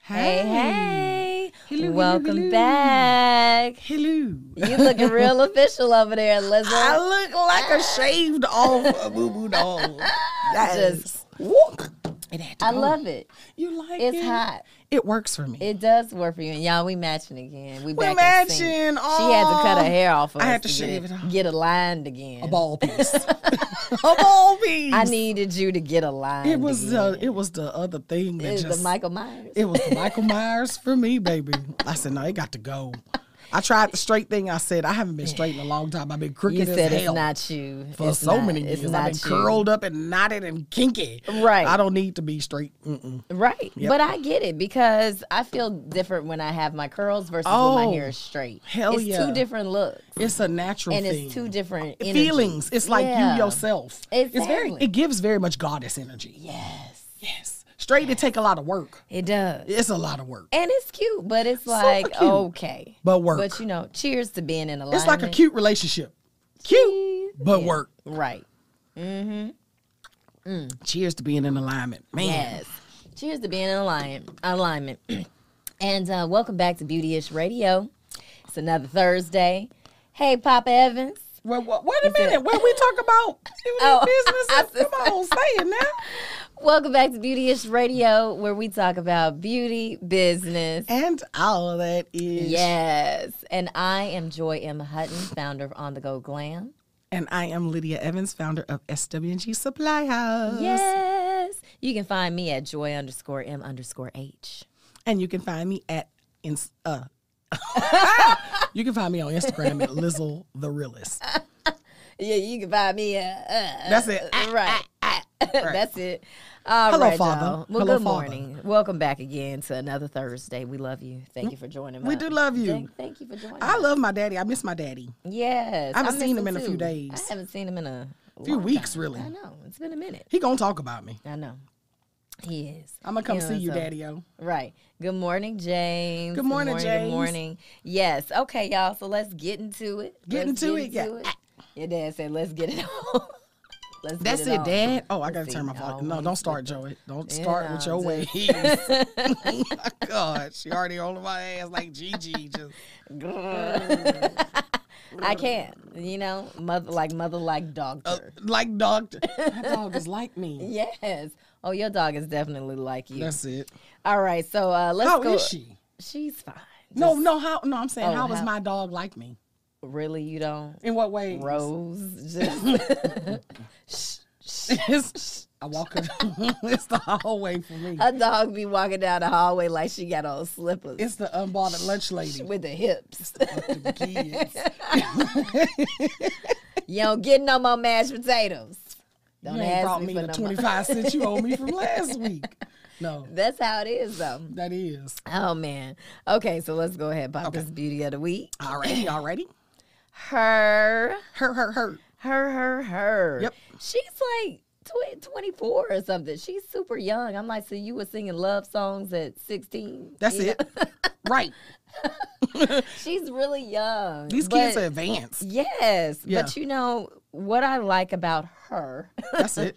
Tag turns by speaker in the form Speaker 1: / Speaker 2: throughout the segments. Speaker 1: Hey,
Speaker 2: Hey.
Speaker 1: hey. Hello, hello,
Speaker 2: Welcome
Speaker 1: hello.
Speaker 2: back.
Speaker 1: Hello.
Speaker 2: You looking real official over there,
Speaker 1: I
Speaker 2: Elizabeth.
Speaker 1: look like a shaved off a boo boo doll. Yes.
Speaker 2: Just-
Speaker 1: Walk. It had to
Speaker 2: I
Speaker 1: go.
Speaker 2: love it.
Speaker 1: You like
Speaker 2: It's
Speaker 1: it?
Speaker 2: hot.
Speaker 1: It works for me.
Speaker 2: It does work for you. And y'all, we matching again. We
Speaker 1: We're
Speaker 2: back in sync.
Speaker 1: matching.
Speaker 2: She had to
Speaker 1: Aw.
Speaker 2: cut her hair off. Of
Speaker 1: I
Speaker 2: us
Speaker 1: had to
Speaker 2: get
Speaker 1: shave it off.
Speaker 2: Get aligned again.
Speaker 1: a ball piece. a ball piece.
Speaker 2: I needed you to get aligned.
Speaker 1: It was
Speaker 2: again.
Speaker 1: uh, it was the other thing that
Speaker 2: It's
Speaker 1: just
Speaker 2: the Michael Myers.
Speaker 1: it was the Michael Myers for me, baby. I said no, it got to go. I tried the straight thing. I said I haven't been straight in a long time. I've been crooked
Speaker 2: you
Speaker 1: as
Speaker 2: said
Speaker 1: hell
Speaker 2: it's not you.
Speaker 1: for
Speaker 2: It's
Speaker 1: so
Speaker 2: not-
Speaker 1: many
Speaker 2: it's
Speaker 1: years.
Speaker 2: not
Speaker 1: I've been
Speaker 2: you.
Speaker 1: curled up and knotted and kinky.
Speaker 2: Right.
Speaker 1: I don't need to be straight. Mm-mm.
Speaker 2: Right. But I get it because I feel different when I have my curls versus when
Speaker 1: Oh,
Speaker 2: my hair is straight.
Speaker 1: hell
Speaker 2: it's
Speaker 1: yeah.
Speaker 2: two different looks
Speaker 1: It's a natural
Speaker 2: and
Speaker 1: thing.
Speaker 2: it's two different energy.
Speaker 1: feelings. It's like
Speaker 2: Yeah.
Speaker 1: you yourself. It's very.
Speaker 2: Exactly.
Speaker 1: It gives very much goddess energy.
Speaker 2: Yes.
Speaker 1: Yes. Straight. It take a lot of work.
Speaker 2: It does.
Speaker 1: It's a lot of work.
Speaker 2: And it's cute, but it's like
Speaker 1: cute.
Speaker 2: okay.
Speaker 1: But work.
Speaker 2: But you know, cheers to being in alignment.
Speaker 1: It's like a cute relationship. Cute, but
Speaker 2: Yeah.
Speaker 1: work.
Speaker 2: Right.
Speaker 1: Cheers to being in alignment, man.
Speaker 2: Yes. Cheers to being in alignment. Alignment. and uh, welcome back to Beauty Ish Radio. It's another Thursday. Hey, Papa Evans.
Speaker 1: Well, well, wait a
Speaker 2: said-
Speaker 1: minute. What we talk about?
Speaker 2: Oh,
Speaker 1: oh, business. Come on, say it now.
Speaker 2: Welcome back to Beauty Ish Radio, where we talk about beauty, business.
Speaker 1: And all that is.
Speaker 2: Yes. And I am Joy M. Hutton, founder of On the Go Glam.
Speaker 1: And I am Lydia Evans, founder of SWNG Supply House.
Speaker 2: Yes. You can find me at joy underscore M underscore H.
Speaker 1: And you can find me at ins- uh You can find me on Instagram at Lizzle the Realist.
Speaker 2: Yeah, you can find me at. Uh,
Speaker 1: That's it.
Speaker 2: right. That's it. All
Speaker 1: ah, Hello,
Speaker 2: right,
Speaker 1: Father.
Speaker 2: y'all. Well,
Speaker 1: Hello,
Speaker 2: good
Speaker 1: Father.
Speaker 2: morning. Welcome back again to another Thursday. We love you. Thank you for joining
Speaker 1: We
Speaker 2: us.
Speaker 1: do love you.
Speaker 2: Thank, thank you for joining
Speaker 1: I
Speaker 2: us.
Speaker 1: love my daddy. I miss my daddy.
Speaker 2: Yes.
Speaker 1: I haven't
Speaker 2: miss
Speaker 1: seen him in a few
Speaker 2: too.
Speaker 1: days.
Speaker 2: I haven't seen him in a
Speaker 1: Few
Speaker 2: long
Speaker 1: weeks,
Speaker 2: time.
Speaker 1: really.
Speaker 2: I know. It's been a minute.
Speaker 1: He gonna talk about me.
Speaker 2: I know. He is.
Speaker 1: I'm gonna come
Speaker 2: know,
Speaker 1: see you,
Speaker 2: so-
Speaker 1: daddy o.
Speaker 2: Right. Good morning, James.
Speaker 1: Good morning, James.
Speaker 2: Good morning. Yes. Okay, y'all. So let's get into it.
Speaker 1: Get
Speaker 2: Let's
Speaker 1: into it, yeah.
Speaker 2: Your dad said, "Let's get it on." let's get
Speaker 1: That's
Speaker 2: it,
Speaker 1: it,
Speaker 2: on.
Speaker 1: Dad. Oh, I gotta
Speaker 2: see.
Speaker 1: turn my phone.
Speaker 2: No,
Speaker 1: No, don't start, Joey. Don't start with
Speaker 2: no,
Speaker 1: your ways. oh my God, she already holding my ass like Gigi. Just
Speaker 2: I can't. You know, mother like mother like doctor.
Speaker 1: like doctor. That dog is like me.
Speaker 2: yes. Oh, your dog is definitely like you.
Speaker 1: That's it.
Speaker 2: All right. So uh, let's
Speaker 1: How
Speaker 2: go.
Speaker 1: is she?
Speaker 2: She's fine.
Speaker 1: No, no. How? No, I'm saying
Speaker 2: Oh,
Speaker 1: how is
Speaker 2: how-
Speaker 1: my dog like me?
Speaker 2: Really, you don't.
Speaker 1: In what way?
Speaker 2: Rose. Just. Shh, shh.
Speaker 1: It's, I walk her. it's the hallway for me.
Speaker 2: A dog be walking down the hallway like she got on slippers
Speaker 1: It's the unbothered lunch lady.
Speaker 2: with the hips.
Speaker 1: Fuck them kids.
Speaker 2: you don't get no more mashed potatoes. Don't
Speaker 1: You ain't
Speaker 2: ask
Speaker 1: brought
Speaker 2: me,
Speaker 1: me
Speaker 2: for
Speaker 1: the
Speaker 2: no more.
Speaker 1: 25 cents you owe me from last week. No,
Speaker 2: That's how it is, though.
Speaker 1: that is.
Speaker 2: Oh man. Okay, so let's go ahead. Papa's beauty of the week.
Speaker 1: Already, already.
Speaker 2: Her,
Speaker 1: Hurt, hurt, hurt.
Speaker 2: her, her, her.
Speaker 1: Yep.
Speaker 2: She's like tw- 24 or something. She's super young. I'm like, so you were singing love songs at 16?
Speaker 1: That's it. right.
Speaker 2: She's really young.
Speaker 1: These kids are advanced.
Speaker 2: Yes,
Speaker 1: Yeah.
Speaker 2: but you know what I like about her
Speaker 1: That's it.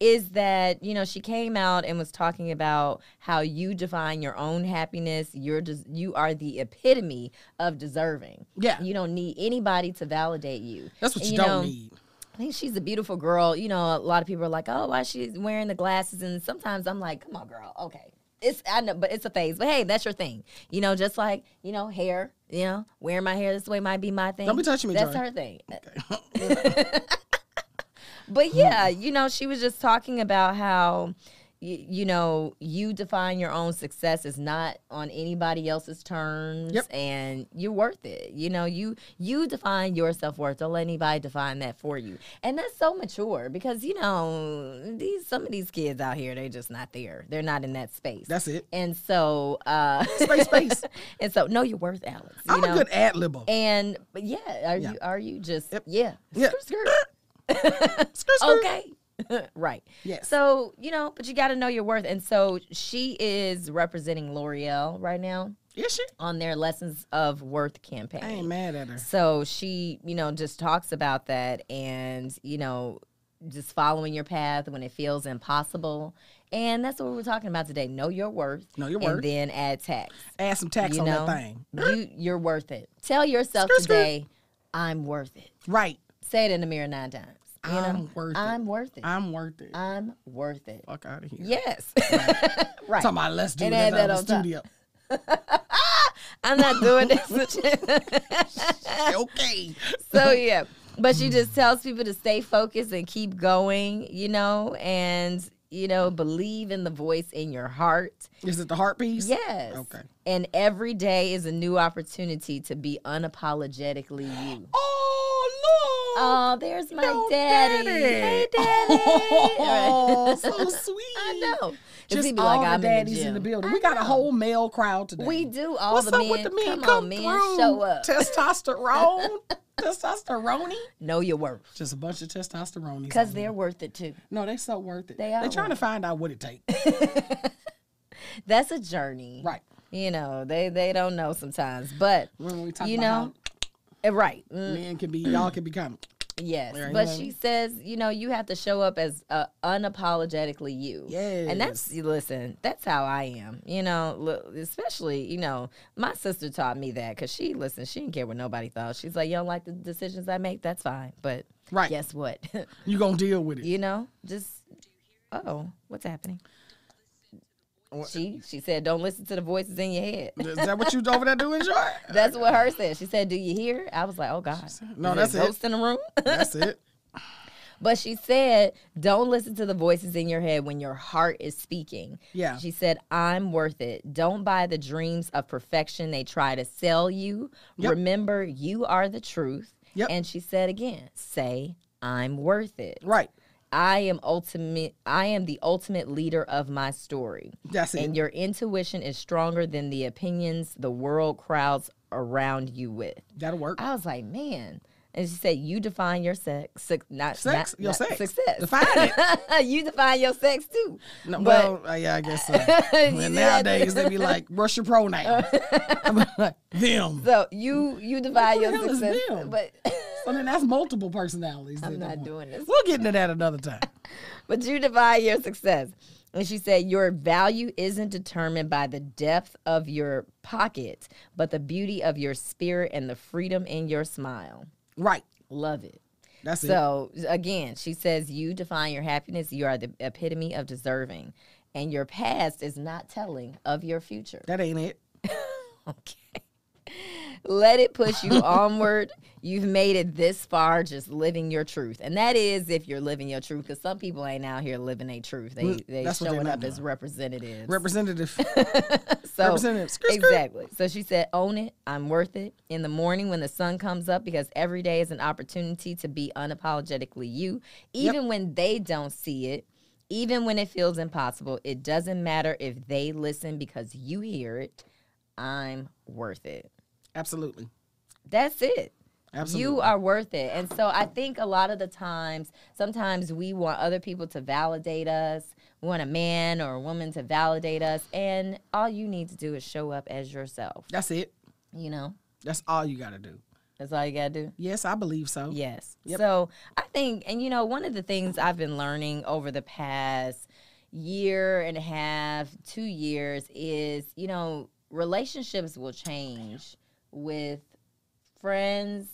Speaker 2: is that you know she came out and was talking about how you define your own happiness. You're just you are the epitome of deserving.
Speaker 1: Yeah.
Speaker 2: you don't need anybody to validate you.
Speaker 1: That's what
Speaker 2: And,
Speaker 1: you, don't
Speaker 2: know,
Speaker 1: need.
Speaker 2: I think she's a beautiful girl. You know, a lot of people are like, "Oh, why she's wearing the glasses?" And sometimes I'm like, "Come on, girl. Okay, it's I know, but it's a phase. But hey, that's your thing. You know, just like you know, hair. You know, wearing my hair this way might be my thing.
Speaker 1: Don't be touching me,
Speaker 2: That's
Speaker 1: Joy.
Speaker 2: her thing. but
Speaker 1: Mm.
Speaker 2: yeah, you know, she was just talking about how. y- You know, you define your own success is not on anybody else's terms,
Speaker 1: Yep.
Speaker 2: and you're worth it. You know, you you define your self worth. Don't let anybody define that for you. And that's so mature because you know these some of these kids out here they just not there. They're not in that space.
Speaker 1: That's it.
Speaker 2: and so uh,
Speaker 1: Space, space.
Speaker 2: and so know your worth, Alex. You
Speaker 1: I'm
Speaker 2: know?
Speaker 1: a good ad libber.
Speaker 2: And but yeah, are
Speaker 1: Yeah.
Speaker 2: you are you just
Speaker 1: Yep.
Speaker 2: yeah?
Speaker 1: Yeah.
Speaker 2: Skirt, skirt.
Speaker 1: Skirt, skirt.
Speaker 2: Okay. right.
Speaker 1: Yes.
Speaker 2: So, you know, but you got to know your worth. And so she is representing L'Oreal right now
Speaker 1: Is she?
Speaker 2: on their Lessons of Worth campaign.
Speaker 1: I ain't mad at her.
Speaker 2: So she, you know, just talks about that and, you know, just following your path when it feels impossible And that's what we're talking about today. Know your worth.
Speaker 1: Know your
Speaker 2: And
Speaker 1: worth.
Speaker 2: then add tax.
Speaker 1: Add some tax
Speaker 2: you
Speaker 1: on
Speaker 2: know,
Speaker 1: that thing.
Speaker 2: you you're worth it. Tell yourself
Speaker 1: Skirt, skirt.
Speaker 2: today, I'm worth it.
Speaker 1: Right.
Speaker 2: Say it in the mirror nine times. You know?
Speaker 1: I'm worth it.
Speaker 2: I'm worth it.
Speaker 1: I'm worth it.
Speaker 2: I'm worth it.
Speaker 1: Fuck out of here.
Speaker 2: Yes.
Speaker 1: Right. Talking about let's do
Speaker 2: And
Speaker 1: this
Speaker 2: add
Speaker 1: at
Speaker 2: that
Speaker 1: the
Speaker 2: on top.
Speaker 1: studio.
Speaker 2: I'm not doing this. with you.
Speaker 1: okay.
Speaker 2: so yeah. But she just tells people to stay focused and keep going, you know, and you know, believe in the voice in your heart.
Speaker 1: Is it the heart piece?
Speaker 2: Yes.
Speaker 1: Okay.
Speaker 2: And every day is a new opportunity to be unapologetically you.
Speaker 1: Oh Lord.
Speaker 2: Oh, there's my
Speaker 1: Yo,
Speaker 2: daddy. Hey, daddy.
Speaker 1: Oh, so sweet.
Speaker 2: I know. 'Cause
Speaker 1: Just
Speaker 2: he be
Speaker 1: all
Speaker 2: like,
Speaker 1: the
Speaker 2: "I'm
Speaker 1: daddies in
Speaker 2: gym."
Speaker 1: the building.
Speaker 2: I
Speaker 1: We got a
Speaker 2: know.
Speaker 1: whole male crowd today.
Speaker 2: We do. All
Speaker 1: What's
Speaker 2: the
Speaker 1: up
Speaker 2: men.
Speaker 1: with the men?
Speaker 2: Come,
Speaker 1: Come
Speaker 2: on, men.
Speaker 1: through.
Speaker 2: Show up.
Speaker 1: Testosterone. Testosterone.
Speaker 2: know your worth.
Speaker 1: Just a bunch of testosterone.
Speaker 2: Because they're worth it too.
Speaker 1: no, they so worth it.
Speaker 2: They are
Speaker 1: They're trying to
Speaker 2: worth
Speaker 1: find out what it takes.
Speaker 2: That's a journey.
Speaker 1: right.
Speaker 2: You know, they, they don't know sometimes. But,
Speaker 1: Remember we talked
Speaker 2: you
Speaker 1: about
Speaker 2: know, eh, right. Mm,
Speaker 1: how men can be, y'all can become.
Speaker 2: Yes,
Speaker 1: There you
Speaker 2: but
Speaker 1: go.
Speaker 2: she says, you know, you have to show up as uh, unapologetically you. and that's listen, that's how I am. You know, L- especially you know, my sister taught me that because she listen, she didn't care what nobody thought. She's like, you don't like the decisions I make, that's fine, but
Speaker 1: Right.
Speaker 2: guess what?
Speaker 1: You gonna deal with it.
Speaker 2: you know, just oh, what's happening? She she said, don't listen to the voices in your head.
Speaker 1: Is that what you over there doing, Joy?
Speaker 2: That's what her said. She said, "Do you hear?" I was like, "Oh God,
Speaker 1: no,
Speaker 2: Is there a
Speaker 1: that's it.
Speaker 2: Ghost in the room.
Speaker 1: That's it.
Speaker 2: But she said, don't listen to the voices in your head when your heart is speaking.
Speaker 1: Yeah.
Speaker 2: She said, I'm worth it. Don't buy the dreams of perfection they try to sell you.
Speaker 1: Yep.
Speaker 2: Remember, you are the truth.
Speaker 1: Yep.
Speaker 2: And she said again, say, I'm worth it.
Speaker 1: Right.
Speaker 2: I am ultimate I am the ultimate leader of my story.
Speaker 1: That's it.
Speaker 2: And your intuition is stronger than the opinions the world crowds around you with.
Speaker 1: That'll work.
Speaker 2: I was like, man. And she said, you define your sex, sex not
Speaker 1: Sex?
Speaker 2: not-
Speaker 1: Your
Speaker 2: not-
Speaker 1: sex.
Speaker 2: success.
Speaker 1: Define it.
Speaker 2: you define your sex too.
Speaker 1: No,
Speaker 2: but
Speaker 1: well, uh, yeah, I guess so. And nowadays they be like, "What's your pronoun?" I'm like, them.
Speaker 2: so you you define
Speaker 1: the
Speaker 2: your
Speaker 1: hell is
Speaker 2: success,
Speaker 1: them?
Speaker 2: but
Speaker 1: So then that's multiple personalities.
Speaker 2: I'm
Speaker 1: then.
Speaker 2: not doing this.
Speaker 1: We'll get into that another time.
Speaker 2: But you define your success. And she said, Your value isn't determined by the depth of your pocket, but the beauty of your spirit and the freedom in your smile.
Speaker 1: Right.
Speaker 2: Love it.
Speaker 1: That's it.
Speaker 2: So again, she says, You define your happiness. You are the epitome of deserving. And your past is not telling of your future.
Speaker 1: That ain't it.
Speaker 2: Okay. Let it push you onward. You've made it this far just living your truth. And that is if you're living your truth, because some people ain't out here living their truth. They
Speaker 1: Mm,
Speaker 2: they
Speaker 1: that's what they're
Speaker 2: showing
Speaker 1: not
Speaker 2: up as representatives.
Speaker 1: Representative.
Speaker 2: so
Speaker 1: representative. Skirt, skirt.
Speaker 2: exactly. So she said, own it, I'm worth it. In the morning when the sun comes up, because every day is an opportunity to be unapologetically you. Even when they don't see it, even when it feels impossible, it doesn't matter if they listen because you hear it. I'm worth it.
Speaker 1: Absolutely.
Speaker 2: That's it.
Speaker 1: Absolutely.
Speaker 2: You are worth it. And so I think a lot of the times, sometimes we want other people to validate us. We want a man or a woman to validate us. And all you need to do is show up as yourself.
Speaker 1: That's it.
Speaker 2: You know,
Speaker 1: That's all you got to do.
Speaker 2: that's all you got to do.
Speaker 1: Yes, I believe so.
Speaker 2: Yes.
Speaker 1: Yep.
Speaker 2: So I think, and you know, one of the things I've been learning over the past year and a half, two years is, you know, relationships will change with friends,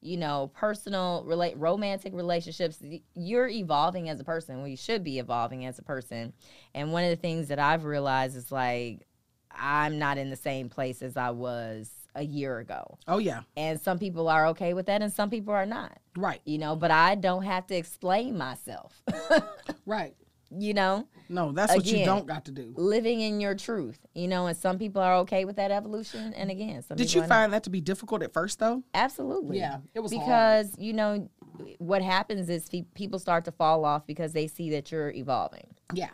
Speaker 2: you know, personal, relate, romantic relationships. Y- You're evolving as a person. Well, you should be evolving as a person. And one of the things that I've realized is like, I'm not in the same place as I was a year ago.
Speaker 1: Oh yeah.
Speaker 2: And some people are okay with that and some people are not,
Speaker 1: Right.
Speaker 2: you know, but I don't have to explain myself,
Speaker 1: Right.
Speaker 2: you know,
Speaker 1: No, that's what you
Speaker 2: Again.
Speaker 1: don't got to do.
Speaker 2: living in your truth, you know, and some people are okay with that evolution. And again, some
Speaker 1: Did
Speaker 2: people
Speaker 1: you
Speaker 2: are not.
Speaker 1: find that to be difficult at first though?
Speaker 2: Absolutely.
Speaker 1: Yeah, it was hard.
Speaker 2: because you know what happens is fe- people start to fall off because they see that you're evolving
Speaker 1: Yeah.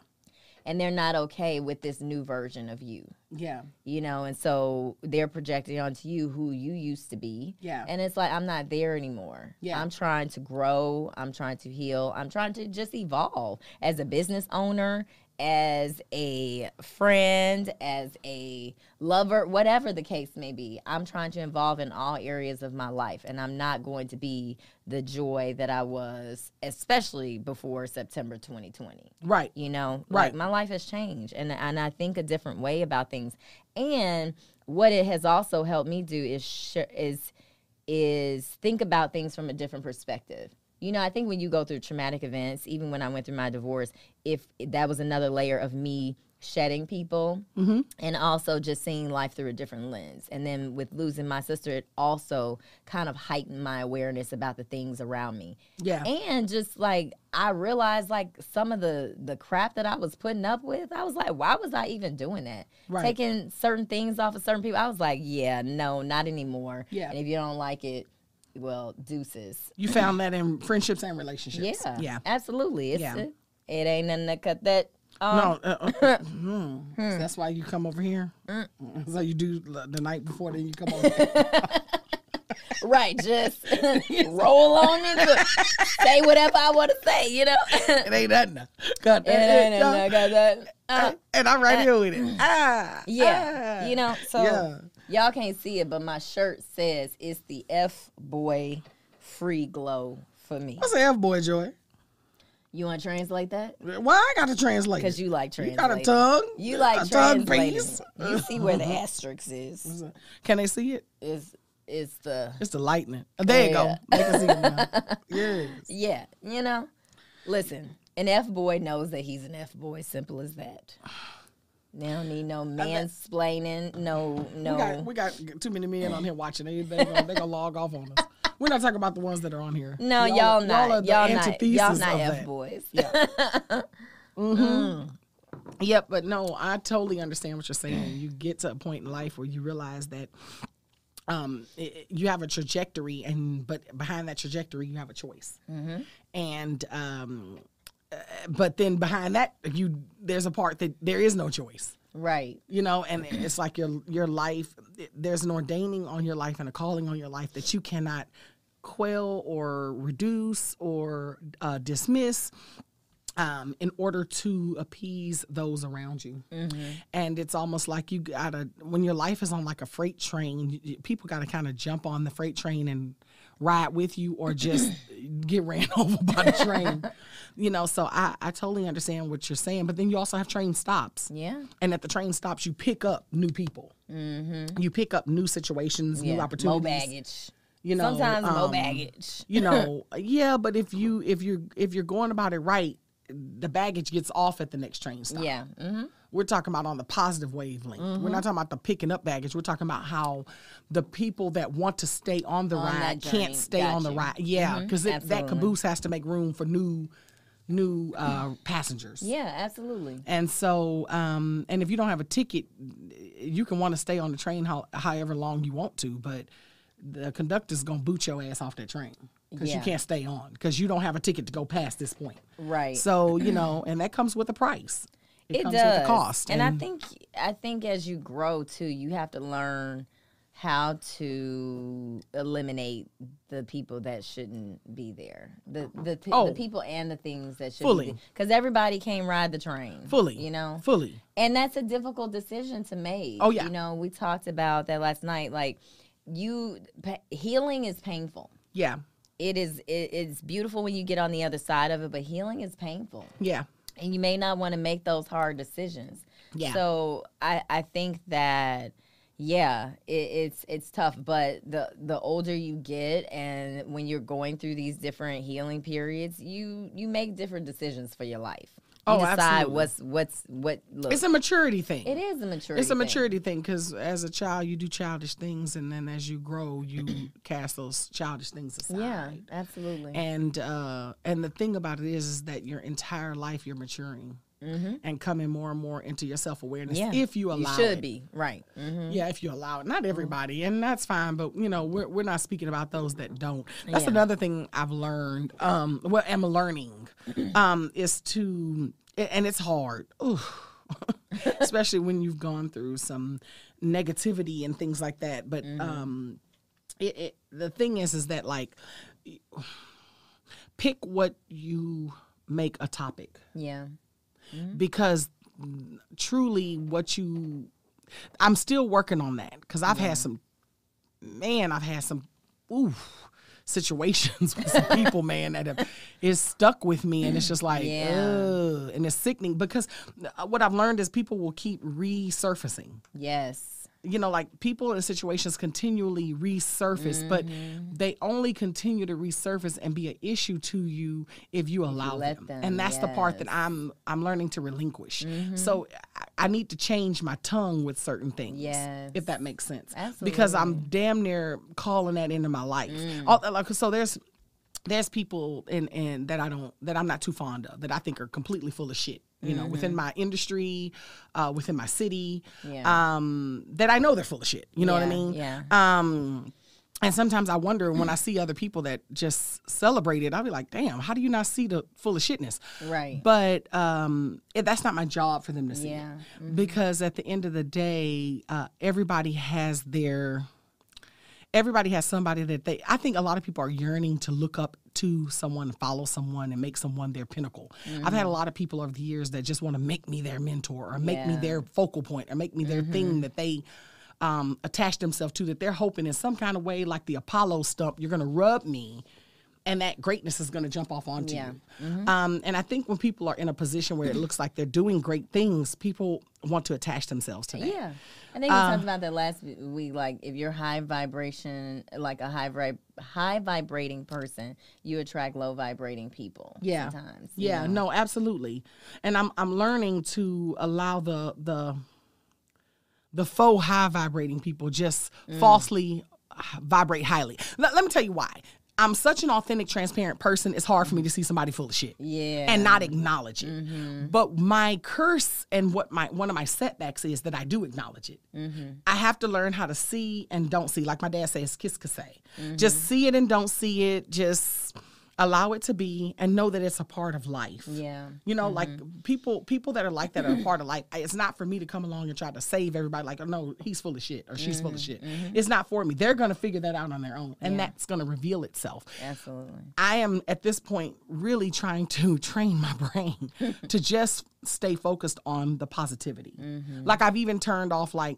Speaker 2: and they're not okay with this new version of you.
Speaker 1: Yeah.
Speaker 2: you know, and so they're projecting onto you who you used to be.
Speaker 1: Yeah.
Speaker 2: And it's like, I'm not there anymore.
Speaker 1: Yeah.
Speaker 2: I'm trying to grow. I'm trying to heal. I'm trying to just evolve as a business owner, as a friend, as a lover, whatever the case may be. I'm trying to involve in all areas of my life, and I'm not going to be the joy that I was, especially before September 2020
Speaker 1: Right.
Speaker 2: you know
Speaker 1: Right.
Speaker 2: like my life has changed and and I think a different way about things and what it has also helped me do is sh- is is think about things from a different perspective you know I think when you go through traumatic events even when I went through my divorce if that was another layer of me shedding people
Speaker 1: Mm-hmm.
Speaker 2: and also just seeing life through a different lens and then with losing my sister it also kind of heightened my awareness about the things around me
Speaker 1: Yeah.
Speaker 2: and just like I realized like some of the the crap that I was putting up with, I was like, why was I even doing that?
Speaker 1: Right.
Speaker 2: Taking certain things off of certain people, I was like, yeah, no, not anymore.
Speaker 1: Yeah.
Speaker 2: And if you don't like it, well, deuces.
Speaker 1: You found that in friendships and relationships.
Speaker 2: Yeah.
Speaker 1: Yeah.
Speaker 2: Absolutely. It's
Speaker 1: Yeah.
Speaker 2: It, it ain't nothing to cut that. Um, Hmm.
Speaker 1: No, uh, uh, mm. So that's why you come over here.
Speaker 2: Mm.
Speaker 1: So you do l- the night before, then you come over.
Speaker 2: Right. Just roll on into say whatever I want to say. You know. it
Speaker 1: it ain't nothing. God,
Speaker 2: ain't
Speaker 1: it,
Speaker 2: nothing Mm. to cut that. Uh,
Speaker 1: and I'm right here with it. Ah,
Speaker 2: Yeah.
Speaker 1: ah.
Speaker 2: You know, so
Speaker 1: Yeah.
Speaker 2: y'all can't see it, but my shirt says it's the F boy free glow for me.
Speaker 1: What's an F boy, Joy?
Speaker 2: You want to translate that?
Speaker 1: Why I got to translate?
Speaker 2: Because you like
Speaker 1: You got a
Speaker 2: translating.
Speaker 1: tongue.
Speaker 2: You like
Speaker 1: a tongue
Speaker 2: translating.
Speaker 1: piece.
Speaker 2: it. You see where the asterisk is.
Speaker 1: Can they see it?
Speaker 2: Is is the
Speaker 1: It's the lightning. There you go.
Speaker 2: Yeah.
Speaker 1: They can see it now. Yes.
Speaker 2: yeah, you know? Listen, an F boy knows that he's an F boy, simple as that. They don't need no mansplaining, no no
Speaker 1: We got, we got too many men on here watching. They they gonna, they gonna log off on us. We're not talking about the ones that are on here.
Speaker 2: No, y'all, not.
Speaker 1: are
Speaker 2: Y'all,
Speaker 1: the
Speaker 2: not. Y'all
Speaker 1: antithesis
Speaker 2: not
Speaker 1: of
Speaker 2: F
Speaker 1: that.
Speaker 2: boys.
Speaker 1: Yep, but no, I totally understand what you're saying. You get to a point in life where you realize that um, i- i you have a trajectory, and but behind that trajectory, you have a choice.
Speaker 2: Mm-hmm.
Speaker 1: And um, uh, but then behind that, you there's a part that there is no choice.
Speaker 2: Right.
Speaker 1: You know, and it's like your your life. There's an ordaining on your life and a calling on your life that you cannot quell or reduce or uh, dismiss um, in order to appease those around you. And it's almost like you gotta, when your life is on like a freight train, you- you, people gotta kind of jump on the freight train and ride with you or just get ran over by the train. you know, so I, I totally understand what you're saying, but then you also have train stops.
Speaker 2: Yeah.
Speaker 1: And at the train stops, you pick up new people. You pick up new situations, new
Speaker 2: Mm-hmm. Yeah,
Speaker 1: opportunities.
Speaker 2: Mo baggage.
Speaker 1: You know,
Speaker 2: sometimes mo
Speaker 1: um,
Speaker 2: baggage.
Speaker 1: you know yeah but if you if you if you're going about it right the baggage gets off at the next train stop
Speaker 2: Yeah, Mm-hmm. hmm
Speaker 1: we're talking about on the positive wavelength we're not talking about the picking up baggage we're talking about how the people that want to stay on the
Speaker 2: that
Speaker 1: ride
Speaker 2: journey.
Speaker 1: can't stay
Speaker 2: Got
Speaker 1: on the
Speaker 2: you.
Speaker 1: ride yeah because that
Speaker 2: Absolutely.
Speaker 1: caboose has to make room for new new uh, passengers
Speaker 2: yeah, absolutely.
Speaker 1: and so, um, and if you don't have a ticket, you can want to stay on the train how, however long you want to, but the conductor's gonna boot your ass off that train because
Speaker 2: Yeah.
Speaker 1: you can't stay on because you don't have a ticket to go past this point.
Speaker 2: Right.
Speaker 1: So you know, and that comes with a price. It, comes with a cost.
Speaker 2: And, I think I think as you grow too, you have to learn how to eliminate the people that shouldn't be there. The the, th-
Speaker 1: Oh.
Speaker 2: the people and the things that should
Speaker 1: Fully.
Speaker 2: be because everybody can't ride the train
Speaker 1: fully,
Speaker 2: You know,
Speaker 1: fully.
Speaker 2: And that's a difficult decision to make.
Speaker 1: Oh, yeah.
Speaker 2: You know, we talked about that last night. Like, you pa- healing is painful.
Speaker 1: Yeah,
Speaker 2: It is. It, it's beautiful when you get on the other side of it, but healing is painful,
Speaker 1: yeah,
Speaker 2: and you may not want to make those hard decisions.
Speaker 1: Yeah.
Speaker 2: So I I think that yeah, it, it's it's tough, but the the older you get, and when you're going through these different healing periods, you you make different decisions for your life. You
Speaker 1: Oh,
Speaker 2: decide
Speaker 1: absolutely.
Speaker 2: what's what's what. Look,
Speaker 1: it's a maturity thing.
Speaker 2: it is a maturity.
Speaker 1: It's a
Speaker 2: thing.
Speaker 1: maturity thing because as a child you do childish things, and then as you grow, you cast those childish things aside.
Speaker 2: Yeah, absolutely.
Speaker 1: and uh and the thing about it is, is that your entire life you're maturing and coming more and more into your self-awareness
Speaker 2: Mm-hmm. yeah,
Speaker 1: if you allow
Speaker 2: should
Speaker 1: it.
Speaker 2: be right. hmm
Speaker 1: yeah if you allow it not everybody and that's fine but you know we're, we're not speaking about those that don't that's
Speaker 2: Yeah.
Speaker 1: another thing i've learned um well am learning um is to and it's hard Oof. especially when you've gone through some negativity and things like that but um it, it the thing is is that like pick what you make a topic
Speaker 2: Yeah,
Speaker 1: because mm, truly what you I'm still working on that because I've had some man, I've had some oof situations with some people, man, that have is stuck with me, and it's just like,
Speaker 2: Yeah.
Speaker 1: ugh, and it's sickening because uh, what I've learned is people will keep resurfacing.
Speaker 2: Yes.
Speaker 1: You know, like people in situations continually resurface, but they only continue to resurface and be an issue to you if you allow
Speaker 2: let
Speaker 1: them. Mm-hmm.
Speaker 2: them,
Speaker 1: And that's the part that I'm I'm learning to relinquish. So I, I need to change my tongue with certain things.
Speaker 2: Yes.
Speaker 1: If that makes sense. Because I'm damn near calling that into my life. All, like, so there's there's people in and that I don't that I'm not too fond of that I think are completely full of shit. You know, within my industry, uh, within my city,
Speaker 2: Yeah.
Speaker 1: um, that I know they're full of shit. You know what I
Speaker 2: Yeah,
Speaker 1: mean?
Speaker 2: yeah.
Speaker 1: Um, and sometimes I wonder when I see other people that just celebrate it, I'll be like, damn, how do you not see the full of shitness?
Speaker 2: Right.
Speaker 1: But um, it, that's not my job for them to see. it.
Speaker 2: Yeah, Mm-hmm.
Speaker 1: Because at the end of the day, uh, everybody has their. Everybody has somebody that they. I think a lot of people are yearning to look up to someone, follow someone, and make someone their pinnacle. I've
Speaker 2: Mm-hmm.
Speaker 1: had a lot of people over the years that just want to make me their mentor, or make me
Speaker 2: Yeah. Mm-hmm.
Speaker 1: their focal point, or make me their thing that they um, attach themselves to. That they're hoping in some kind of way, like the Apollo stump, you're going to rub me, and that greatness is going to jump off onto
Speaker 2: Yeah.
Speaker 1: you. Um, and I think when people are in a position where it looks like they're doing great things, people want to attach themselves to that.
Speaker 2: Yeah. I think we
Speaker 1: Um,
Speaker 2: talked about that last w- week. Like, if you're high vibration, like a high vib- high vibrating person, you attract low vibrating people.
Speaker 1: Yeah.
Speaker 2: Sometimes. you
Speaker 1: Yeah,
Speaker 2: know?
Speaker 1: no, absolutely. And I'm I'm learning to allow the the the faux high vibrating people just falsely h- vibrate highly. Let, let me tell you why. I'm such an authentic, transparent person. It's hard for me to see somebody full of shit.
Speaker 2: Yeah. Mm-hmm.
Speaker 1: and not acknowledge it. But my curse and what my one of my setbacks is that I do acknowledge it.
Speaker 2: Mm-hmm.
Speaker 1: I have to learn how to see and don't see. Like my dad says, kiss say.
Speaker 2: Mm-hmm.
Speaker 1: Just see it and don't see it. Just allow it to be and know that it's a part of life.
Speaker 2: Yeah. Mm-hmm.
Speaker 1: You know, like people people that are like that are a part of life. I- It's not for me to come along and try to save everybody. Like, oh no, he's full of shit or she's full of
Speaker 2: Mm-hmm.
Speaker 1: shit. It's not for me. They're gonna figure that out on their own, and that's gonna reveal itself.
Speaker 2: Absolutely.
Speaker 1: I am at this point really trying to train my brain to just stay focused on the positivity.
Speaker 2: Mm-hmm.
Speaker 1: Like I've even turned off like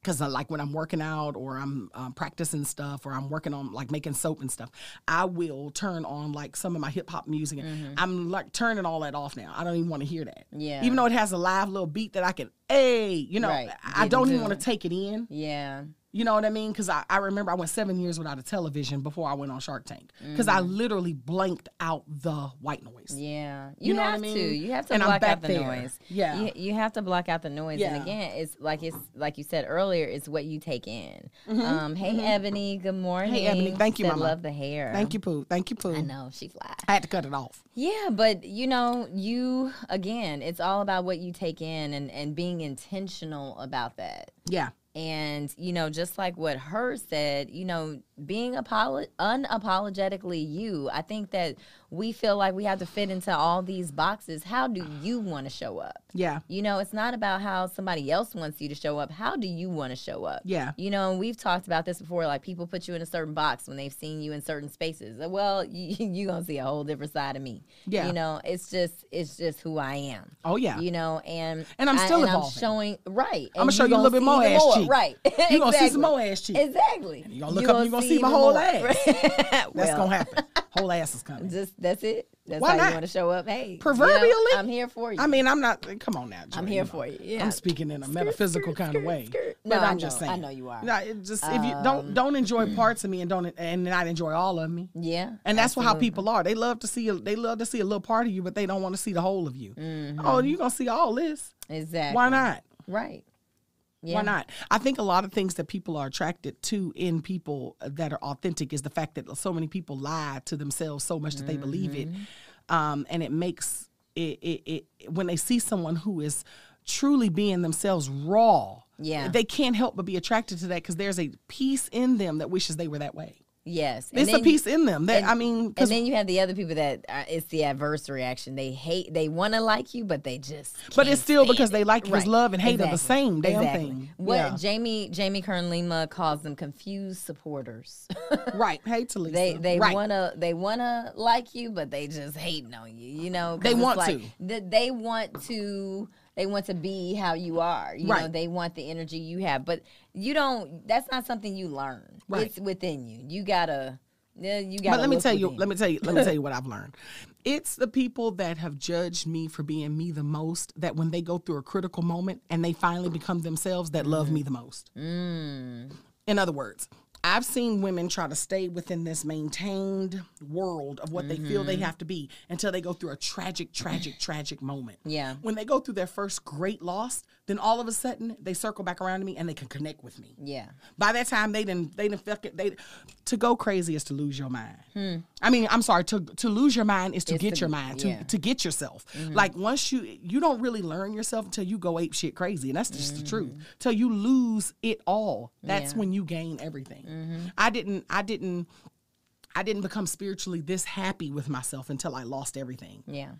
Speaker 1: because like when I'm working out or I'm um, practicing stuff or I'm working on like making soap and stuff, I will turn on like some of my hip hop music. And I'm like turning all that off now. I don't even want to hear that.
Speaker 2: Mm-hmm. Yeah.
Speaker 1: Even though it has a live little beat that I can, hey, you know,
Speaker 2: Right.
Speaker 1: I I
Speaker 2: Didn't
Speaker 1: don't even
Speaker 2: do
Speaker 1: want
Speaker 2: it.
Speaker 1: to take it in.
Speaker 2: Yeah.
Speaker 1: You know what I mean? Because I, I remember I went seven years without a television before I went on Shark Tank because I literally blanked out the white noise.
Speaker 2: Mm. Yeah,
Speaker 1: You
Speaker 2: you,
Speaker 1: know what I
Speaker 2: have to.
Speaker 1: mean?
Speaker 2: You have to
Speaker 1: And I'm
Speaker 2: block
Speaker 1: back
Speaker 2: out the
Speaker 1: there.
Speaker 2: noise.
Speaker 1: Yeah.
Speaker 2: you, you have to block out the noise.
Speaker 1: Yeah.
Speaker 2: And again, it's like it's like you said earlier. It's what you take in. Um, hey, Ebony. Good morning.
Speaker 1: Mm-hmm. Ebony. Thank you,
Speaker 2: Said
Speaker 1: Mama.
Speaker 2: Love the hair.
Speaker 1: Thank you, Pooh. Thank you, Pooh.
Speaker 2: I know she fly.
Speaker 1: I had to cut it off.
Speaker 2: Yeah, but you know, you again, it's all about what you take in and and being intentional about that.
Speaker 1: Yeah.
Speaker 2: And you know, just like what her said, you know, being apolo- unapologetically you. I think that we feel like we have to fit into all these boxes. How do you want to show up?
Speaker 1: Yeah.
Speaker 2: You know, it's not about how somebody else wants you to show up. How do you want to show up?
Speaker 1: Yeah.
Speaker 2: You know, and we've talked about this before. Like people put you in a certain box when they've seen you in certain spaces. Uh, Well, you you gonna see a whole different side of me.
Speaker 1: Yeah.
Speaker 2: You know, it's just it's just who I am.
Speaker 1: Oh, yeah.
Speaker 2: You know, and
Speaker 1: And I'm
Speaker 2: I-
Speaker 1: still
Speaker 2: and I'm
Speaker 1: evolving.
Speaker 2: showing right.
Speaker 1: I'ma
Speaker 2: and
Speaker 1: show you a
Speaker 2: gonna
Speaker 1: little bit
Speaker 2: see
Speaker 1: more
Speaker 2: even
Speaker 1: ass cheek.
Speaker 2: Right.
Speaker 1: You gonna see
Speaker 2: Exactly.
Speaker 1: some more ass cheek.
Speaker 2: Exactly.
Speaker 1: You gonna look up and you gonna see my
Speaker 2: even
Speaker 1: whole
Speaker 2: more.
Speaker 1: ass.
Speaker 2: Right.
Speaker 1: That's
Speaker 2: Well,
Speaker 1: gonna happen. Whole ass is coming.
Speaker 2: Just that's it. That's
Speaker 1: Why
Speaker 2: how
Speaker 1: not?
Speaker 2: you want to show up. Hey, you know,
Speaker 1: Proverbially,
Speaker 2: I'm here for you.
Speaker 1: I mean, I'm not. Come on now, Joy,
Speaker 2: I'm
Speaker 1: you
Speaker 2: here
Speaker 1: know.
Speaker 2: for you. Yeah.
Speaker 1: I'm speaking in a metaphysical kind of
Speaker 2: skirt,
Speaker 1: way.
Speaker 2: skirt.
Speaker 1: But
Speaker 2: No, I
Speaker 1: I'm just
Speaker 2: know.
Speaker 1: saying.
Speaker 2: I know you are. Um, mm.
Speaker 1: No, it just if you don't don't enjoy parts of me and don't and not enjoy all of me.
Speaker 2: Yeah,
Speaker 1: And that's what how people are. They love to see a, they love to see a little part of you, but they don't want to see the whole of you. Oh, you're gonna see all this.
Speaker 2: Mm-hmm. exactly.
Speaker 1: Why not?
Speaker 2: Right. Yeah.
Speaker 1: Why not? I think a lot of things that people are attracted to in people that are authentic is the fact that so many people lie to themselves so much that they believe it,
Speaker 2: Mm-hmm.
Speaker 1: um, and it makes it, it, it when they see someone who is truly being themselves raw.
Speaker 2: Yeah.
Speaker 1: they can't help but be attracted to that because there's a piece in them that wishes they were that way.
Speaker 2: Yes. And
Speaker 1: It's a
Speaker 2: then-
Speaker 1: piece in them that
Speaker 2: and-
Speaker 1: I mean,
Speaker 2: And
Speaker 1: because
Speaker 2: then you have the other people that are, it's the adverse reaction. They hate, they want to like you, but they just.
Speaker 1: but
Speaker 2: can't
Speaker 1: it's still
Speaker 2: stand
Speaker 1: because
Speaker 2: it.
Speaker 1: they like you 'cause
Speaker 2: Right.
Speaker 1: love and hate are the
Speaker 2: Exactly.
Speaker 1: same damn
Speaker 2: Exactly.
Speaker 1: thing.
Speaker 2: What
Speaker 1: Yeah.
Speaker 2: Jamie Jamie Kern Lima calls them confused supporters.
Speaker 1: right? Hate to Lisa.
Speaker 2: they they
Speaker 1: right.
Speaker 2: wanna they wanna like you, but they just hating on you. You know 'cause
Speaker 1: They
Speaker 2: it's
Speaker 1: want
Speaker 2: like,
Speaker 1: to.
Speaker 2: th- they want to. They want to be how you are. You know,
Speaker 1: Right.
Speaker 2: they want the energy you have, but you don't. That's not something you learn.
Speaker 1: Right.
Speaker 2: It's within you. You gotta. Yeah, you gotta.
Speaker 1: But let me
Speaker 2: look
Speaker 1: tell you,
Speaker 2: within.
Speaker 1: let me tell you, let me tell you what I've learned. It's the people that have judged me for being me the most that when they go through a critical moment and they finally become themselves that love me the
Speaker 2: Mm-hmm.
Speaker 1: most.
Speaker 2: Mm.
Speaker 1: In other words, I've seen women try to stay within this maintained world of what they feel they
Speaker 2: Mm-hmm.
Speaker 1: have to be until they go through a tragic, tragic, tragic moment.
Speaker 2: Yeah.
Speaker 1: When they go through their first great loss, then all of a sudden they circle back around to me and they can connect with me.
Speaker 2: Yeah.
Speaker 1: By that time, they didn't. They didn't fuck it. They to go crazy is to lose your mind. Hmm. I mean, I'm sorry. To to lose your mind is to
Speaker 2: It's
Speaker 1: get
Speaker 2: to-
Speaker 1: your mind to
Speaker 2: yeah. Mm-hmm.
Speaker 1: to get yourself. Like once you you don't really learn yourself until you go ape shit crazy, and that's just the truth. Till you lose it all, that's
Speaker 2: Mm-hmm. Yeah. Mm-hmm.
Speaker 1: when you gain everything. I didn't. I didn't. I didn't become spiritually this happy with myself until I lost everything.
Speaker 2: Yeah.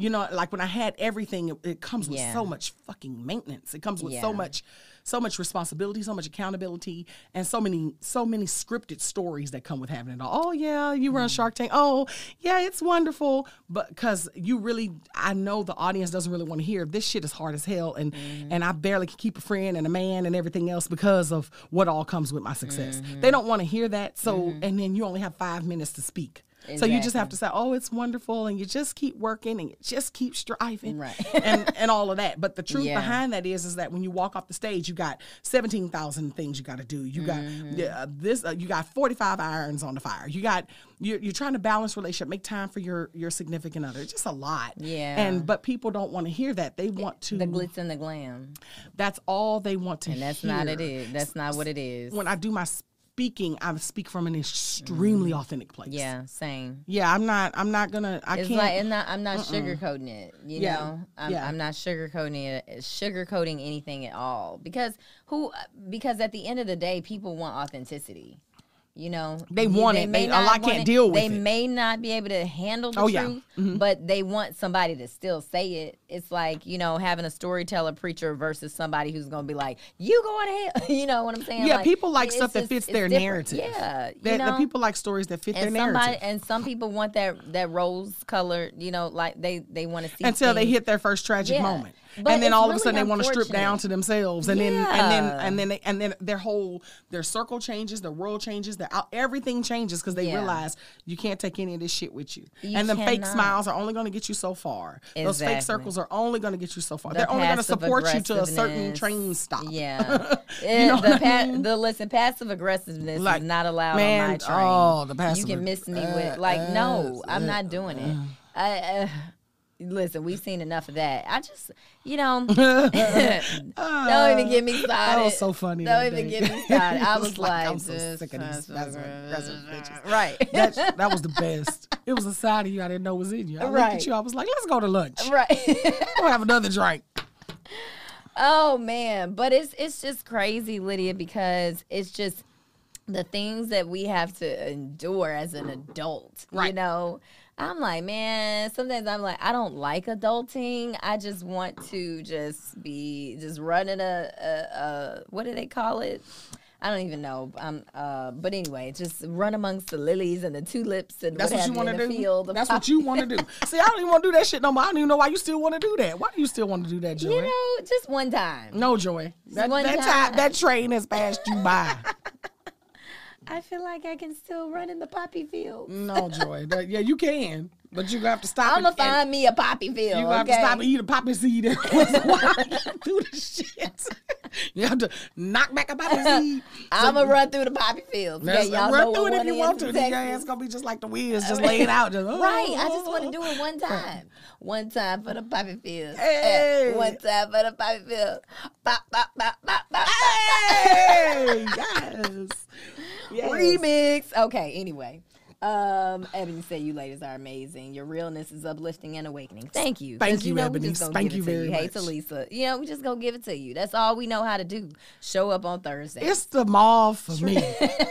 Speaker 1: You know, like when I had everything, it, it comes with
Speaker 2: Yeah.
Speaker 1: so much fucking maintenance. It comes with so
Speaker 2: Yeah.
Speaker 1: much, so much responsibility, so much accountability, and so many, so many scripted stories that come with having it all. Oh yeah, you
Speaker 2: Mm-hmm.
Speaker 1: were on Shark Tank. Oh yeah, it's wonderful. But because you really, I know the audience doesn't really want to hear this shit is hard as hell, and
Speaker 2: Mm-hmm.
Speaker 1: and I barely can keep a friend and a man and everything else because of what all comes with my success.
Speaker 2: Mm-hmm.
Speaker 1: They don't want to hear that. So and then you only have five minutes to speak. So you just have
Speaker 2: Exactly.
Speaker 1: to say, "Oh, it's wonderful," and you just keep working and you just keep striving,
Speaker 2: Right.
Speaker 1: and and all of that. But the truth
Speaker 2: Yeah.
Speaker 1: behind that is, is that when you walk off the stage, you got seventeen thousand things you got to do. You got
Speaker 2: Mm-hmm.
Speaker 1: yeah, uh, this. Uh, you got forty five irons on the fire. You got you're, you're trying to balance relationship, make time for your your significant other. It's just a lot.
Speaker 2: Yeah.
Speaker 1: And but people don't want to hear that. They want to.
Speaker 2: The glitz and the glam.
Speaker 1: that's all they want to.
Speaker 2: And that's not it
Speaker 1: hear
Speaker 2: is. That's not what it is.
Speaker 1: when I do my speaking, I speak from an extremely authentic place.
Speaker 2: Mm-hmm. Yeah. Same.
Speaker 1: Yeah, I'm not. I'm not gonna. I
Speaker 2: It's
Speaker 1: can't.
Speaker 2: like and not, I'm not sugarcoating it. You
Speaker 1: Yeah.
Speaker 2: know, I'm,
Speaker 1: Yeah.
Speaker 2: I'm not sugarcoating it, sugarcoating anything at all. Because who? Because at the end of the day, people want authenticity. You know,
Speaker 1: They
Speaker 2: You-
Speaker 1: want it.
Speaker 2: may
Speaker 1: They- a lot
Speaker 2: not want
Speaker 1: can't deal with
Speaker 2: They
Speaker 1: it.
Speaker 2: may not be able to handle the
Speaker 1: Oh,
Speaker 2: truth,
Speaker 1: yeah.
Speaker 2: but they want somebody to still say it. It's like you know having a storyteller preacher versus somebody who's gonna be like, "You going to hell?" You know what I'm saying?
Speaker 1: Yeah, people like
Speaker 2: it's
Speaker 1: stuff that
Speaker 2: just-
Speaker 1: fits
Speaker 2: it's
Speaker 1: their
Speaker 2: different.
Speaker 1: narrative.
Speaker 2: Yeah, you
Speaker 1: That- the
Speaker 2: know?
Speaker 1: people like stories that fit
Speaker 2: and
Speaker 1: their
Speaker 2: somebody
Speaker 1: narrative
Speaker 2: and some people want that that rose color you know like they they want to see
Speaker 1: until they
Speaker 2: things-
Speaker 1: hit their first tragic
Speaker 2: Yeah.
Speaker 1: moment,
Speaker 2: But
Speaker 1: and then
Speaker 2: it's
Speaker 1: all of a
Speaker 2: really
Speaker 1: sudden they want to strip
Speaker 2: unfortunate.
Speaker 1: down to themselves, and then and then
Speaker 2: Yeah.
Speaker 1: and then they, and then their whole their circle changes, their world changes, their out, everything changes because they
Speaker 2: Yeah.
Speaker 1: realize you can't take any of this shit with you,
Speaker 2: You
Speaker 1: and the fake
Speaker 2: cannot.
Speaker 1: smiles are only going to get you so far. Those fake
Speaker 2: Exactly.
Speaker 1: circles are only going to get you so far. They're only going to
Speaker 2: passive
Speaker 1: support you to a certain
Speaker 2: aggressiveness.
Speaker 1: train stop.
Speaker 2: yeah
Speaker 1: You know
Speaker 2: Eh, the,
Speaker 1: what I
Speaker 2: pa-
Speaker 1: mean?
Speaker 2: the listen passive aggressiveness
Speaker 1: Like,
Speaker 2: is not allowed on my
Speaker 1: man,
Speaker 2: train
Speaker 1: oh, the passive
Speaker 2: you
Speaker 1: ag-
Speaker 2: can miss me
Speaker 1: uh,
Speaker 2: with like no
Speaker 1: uh,
Speaker 2: i'm not doing it i uh, listen we've seen enough of that i just you know don't even get me started
Speaker 1: That was Oh, so funny.
Speaker 2: don't
Speaker 1: that
Speaker 2: even
Speaker 1: day.
Speaker 2: get me started i
Speaker 1: It
Speaker 2: was like,
Speaker 1: I'm so
Speaker 2: just
Speaker 1: sick of these
Speaker 2: passive
Speaker 1: passive aggressive
Speaker 2: aggressive.
Speaker 1: bitches.
Speaker 2: right
Speaker 1: That, that was the best. It was a side of you I didn't know was in you. I looked
Speaker 2: Right.
Speaker 1: at you. I was like, let's go to lunch.
Speaker 2: right
Speaker 1: I'm gonna have another drink.
Speaker 2: Oh man, but it's it's just crazy, Lydia, because it's just the things that we have to endure as an adult. You
Speaker 1: Right.
Speaker 2: know, I'm like, man, sometimes I'm like, I don't like adulting. I just want to just be just running a a, a what do they call it? I don't even know. Um, uh, but anyway, just run amongst the lilies and the tulips and
Speaker 1: That's what, you
Speaker 2: want to
Speaker 1: do.
Speaker 2: Field of
Speaker 1: That's what you want to do. See, I don't even want to do that shit no more. I don't even know why you still want to do that. Why do you still want to do that, Joy?
Speaker 2: You know, just one time.
Speaker 1: no, Joy. That,
Speaker 2: one
Speaker 1: that,
Speaker 2: time.
Speaker 1: time- that train has passed you by.
Speaker 2: I feel like I can still run in the poppy field.
Speaker 1: no, Joy. That- yeah, you can, but you gonna have to stop.
Speaker 2: I'm gonna
Speaker 1: and- and-
Speaker 2: find me a poppy field.
Speaker 1: You gonna
Speaker 2: okay?
Speaker 1: have to stop and eat a poppy seed every once in a while. Do the shit. You have to knock back a poppy seed.
Speaker 2: I'm gonna run through the poppy fields. Yeah,
Speaker 1: That's-
Speaker 2: y'all know
Speaker 1: run through
Speaker 2: what
Speaker 1: it if
Speaker 2: one
Speaker 1: you
Speaker 2: is
Speaker 1: want to.
Speaker 2: in
Speaker 1: Then Your
Speaker 2: Texas.
Speaker 1: ass gonna be just like the wheels, just laying out. Just,
Speaker 2: Right, I just
Speaker 1: Oh.
Speaker 2: want to do it one time, one time for the poppy field, Uh,
Speaker 1: Hey.
Speaker 2: one time for the poppy field. Bop, bop, bop, bop, bop, bop.
Speaker 1: Hey, yes. yes.
Speaker 2: Remix. Okay. Anyway, um, Ebony said you ladies are amazing. Your realness is uplifting and awakening. Thank you. 'Cause
Speaker 1: Thank you,
Speaker 2: know we
Speaker 1: Ebony.
Speaker 2: just gonna
Speaker 1: Thank
Speaker 2: give
Speaker 1: you
Speaker 2: it to
Speaker 1: very
Speaker 2: Hey,
Speaker 1: much.
Speaker 2: to Lisa. You know, we just gonna give it to you. That's all we know how to do. Show up on Thursday.
Speaker 1: It's the mall for me. I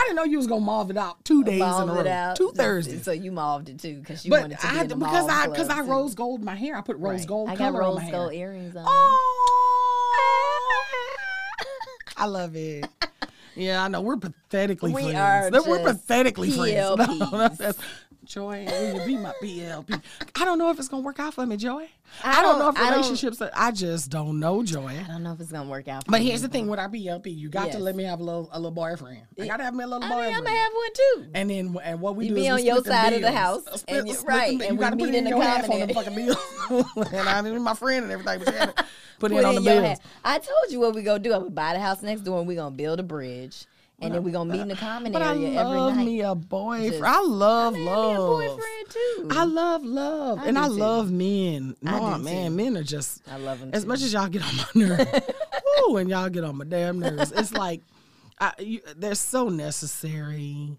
Speaker 1: didn't know you was gonna mauve it out two days in a
Speaker 2: Mauled it
Speaker 1: row,
Speaker 2: out.
Speaker 1: two Thursdays.
Speaker 2: So you mauled it too because you
Speaker 1: But
Speaker 2: wanted to
Speaker 1: I
Speaker 2: be in the
Speaker 1: because
Speaker 2: mauve
Speaker 1: I because
Speaker 2: club,
Speaker 1: I
Speaker 2: too.
Speaker 1: rose gold my hair. I put rose
Speaker 2: Right.
Speaker 1: gold
Speaker 2: I got
Speaker 1: color
Speaker 2: rose
Speaker 1: on my
Speaker 2: gold
Speaker 1: hair. Oh,
Speaker 2: earrings on.
Speaker 1: I love it. Yeah, I know we're pathetically
Speaker 2: We
Speaker 1: friends.
Speaker 2: are
Speaker 1: That we're
Speaker 2: just
Speaker 1: pathetically friends. No,
Speaker 2: PLPs.
Speaker 1: that's- that's- Joy, will you be my BLP? I don't know if it's gonna work out for me, Joy.
Speaker 2: I
Speaker 1: I don't, know
Speaker 2: don't-
Speaker 1: if
Speaker 2: I don't-
Speaker 1: relationships. Are, I just don't know, Joy.
Speaker 2: I don't know if it's gonna work out. For
Speaker 1: But
Speaker 2: me.
Speaker 1: here's the thing: with our BLP, you got
Speaker 2: Yes.
Speaker 1: to let me have a little a little boyfriend. I gotta have me a little
Speaker 2: I mean,
Speaker 1: boyfriend.
Speaker 2: I'm gonna have one too.
Speaker 1: and then and what we
Speaker 2: You
Speaker 1: do is
Speaker 2: be
Speaker 1: we
Speaker 2: on
Speaker 1: split
Speaker 2: your
Speaker 1: the
Speaker 2: side of the
Speaker 1: bills.
Speaker 2: house,
Speaker 1: Uh,
Speaker 2: and you-
Speaker 1: the bill.
Speaker 2: right, and
Speaker 1: you
Speaker 2: we
Speaker 1: gotta
Speaker 2: meet
Speaker 1: put it
Speaker 2: in
Speaker 1: in
Speaker 2: the
Speaker 1: your half on the
Speaker 2: common
Speaker 1: fucking bills. and I didn't my friend and everything, but you had to put
Speaker 2: Put
Speaker 1: it on the
Speaker 2: in your
Speaker 1: bills.
Speaker 2: hat. I told you what we gonna do. I would buy the house next door and we gonna build a bridge. And then we gonna meet in the common
Speaker 1: But I
Speaker 2: area
Speaker 1: love
Speaker 2: every night.
Speaker 1: me a boyfriend.
Speaker 2: Just-
Speaker 1: I love
Speaker 2: I mean, I need a
Speaker 1: love.
Speaker 2: boyfriend too.
Speaker 1: I love love,
Speaker 2: I
Speaker 1: and
Speaker 2: do
Speaker 1: I
Speaker 2: too.
Speaker 1: love men. No,
Speaker 2: I do
Speaker 1: man,
Speaker 2: too.
Speaker 1: men are just.
Speaker 2: I love 'em
Speaker 1: as
Speaker 2: too.
Speaker 1: much as y'all get on my nerves. Ooh, and y'all get on my damn nerves. It's like, I, you, they're so necessary.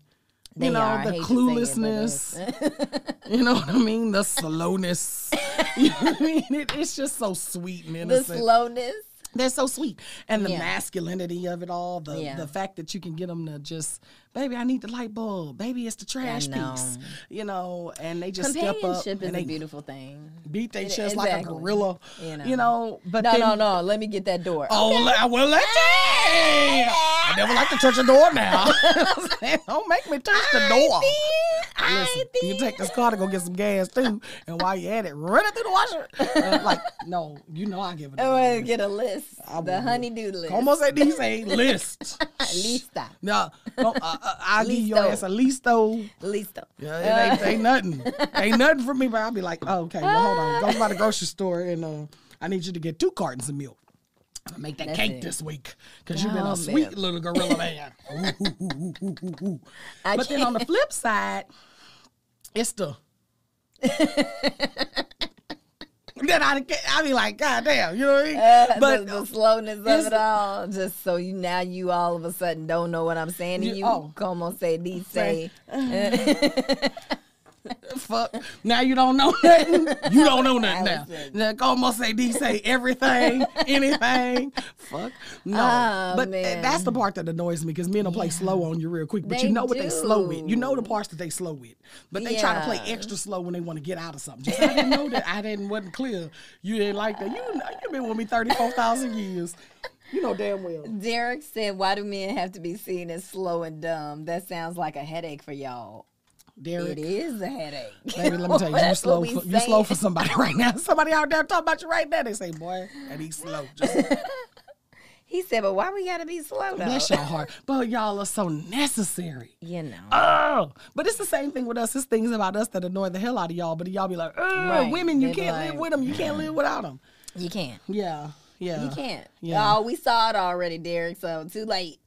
Speaker 2: They
Speaker 1: you know
Speaker 2: are. I
Speaker 1: the
Speaker 2: hate to say it, but
Speaker 1: cluelessness. you know what I mean? The slowness. you know what I mean? It, it's just so sweet, and
Speaker 2: the
Speaker 1: innocent.
Speaker 2: slowness.
Speaker 1: They're so sweet. And the
Speaker 2: Yeah.
Speaker 1: masculinity of it all, the,
Speaker 2: Yeah.
Speaker 1: the fact that you can get them to just, baby, I need the light bulb. Baby, it's the trash piece.
Speaker 2: know.
Speaker 1: You know, and they just step up
Speaker 2: Companionship is
Speaker 1: and
Speaker 2: a
Speaker 1: they
Speaker 2: beautiful thing.
Speaker 1: beat their
Speaker 2: It-
Speaker 1: chest like a
Speaker 2: exactly.
Speaker 1: gorilla. You
Speaker 2: You
Speaker 1: know,
Speaker 2: know.
Speaker 1: but
Speaker 2: No,
Speaker 1: then,
Speaker 2: no, no. Let me get that door.
Speaker 1: Oh, let- I will let you. I never like to touch the door now. Don't make me touch the door. Listen,
Speaker 2: I
Speaker 1: you
Speaker 2: think
Speaker 1: take this car to go get some gas too, and while you at it, run it through the washer. Uh, like, no, you know I give it.
Speaker 2: I
Speaker 1: up.
Speaker 2: want to Oh, get a list. The honeydew list.
Speaker 1: Almost at these a list.
Speaker 2: Lista.
Speaker 1: No, no, uh, uh, I'll give your
Speaker 2: Listo.
Speaker 1: ass a listo.
Speaker 2: Lista.
Speaker 1: Yeah, it ain't, ain't nothing. ain't nothing for me, but I'll be like, oh, okay, well, hold on. Go by the grocery store and uh, I need you to get two cartons of milk. I'm gonna make that
Speaker 2: That's
Speaker 1: cake
Speaker 2: it.
Speaker 1: this week because you've been a
Speaker 2: Oh,
Speaker 1: sweet
Speaker 2: man.
Speaker 1: little gorilla man. Ooh, ooh, ooh, ooh, ooh, ooh, ooh.
Speaker 2: I
Speaker 1: But then on the flip side, it's the. then I, I be like, God damn, you know what I mean?
Speaker 2: Uh,
Speaker 1: but
Speaker 2: the, the slowness
Speaker 1: it's-
Speaker 2: of it all, just so you now you all of a sudden don't know what I'm saying to
Speaker 1: You-
Speaker 2: you.
Speaker 1: oh.
Speaker 2: Como se dice?
Speaker 1: fuck. Now you don't know nothing. You don't know nothing now.
Speaker 2: Allison.
Speaker 1: Now Como say D say everything, anything. Fuck. No.
Speaker 2: Oh,
Speaker 1: but eh,
Speaker 2: man.
Speaker 1: that's the part that annoys me because men will play slow on you real quick. But you
Speaker 2: They
Speaker 1: know what they slow with. You know the
Speaker 2: do.
Speaker 1: parts that they slow with. But they try to play
Speaker 2: Yeah.
Speaker 1: extra slow when they want to get out of something. Just, I didn't know that. I didn't wasn't clear. You didn't like that. You know you've been with me thirty four thousand years. You know damn well.
Speaker 2: Derek said, "Why do men have to be seen as slow and dumb? That sounds like a headache for y'all.
Speaker 1: Derek.
Speaker 2: It is a headache.
Speaker 1: Baby, let me tell you, you
Speaker 2: That's
Speaker 1: slow.
Speaker 2: what we
Speaker 1: For, you slow
Speaker 2: saying.
Speaker 1: for somebody right now. Somebody out there talking about you right now. They say, "Boy, and he's slow." Just
Speaker 2: He said, "But why we gotta be slow though?
Speaker 1: Bless your heart. But y'all are so necessary.
Speaker 2: you know."
Speaker 1: Oh, but it's the same thing with us. It's things about us that annoy the hell out of y'all. But y'all be like, oh,
Speaker 2: Right.
Speaker 1: women, you
Speaker 2: They be
Speaker 1: can't live
Speaker 2: like,
Speaker 1: with them. You can't live without them.
Speaker 2: you can't.
Speaker 1: Yeah, yeah.
Speaker 2: You can't.
Speaker 1: Uh, yeah.
Speaker 2: Oh, we saw it already, Derek. So too late.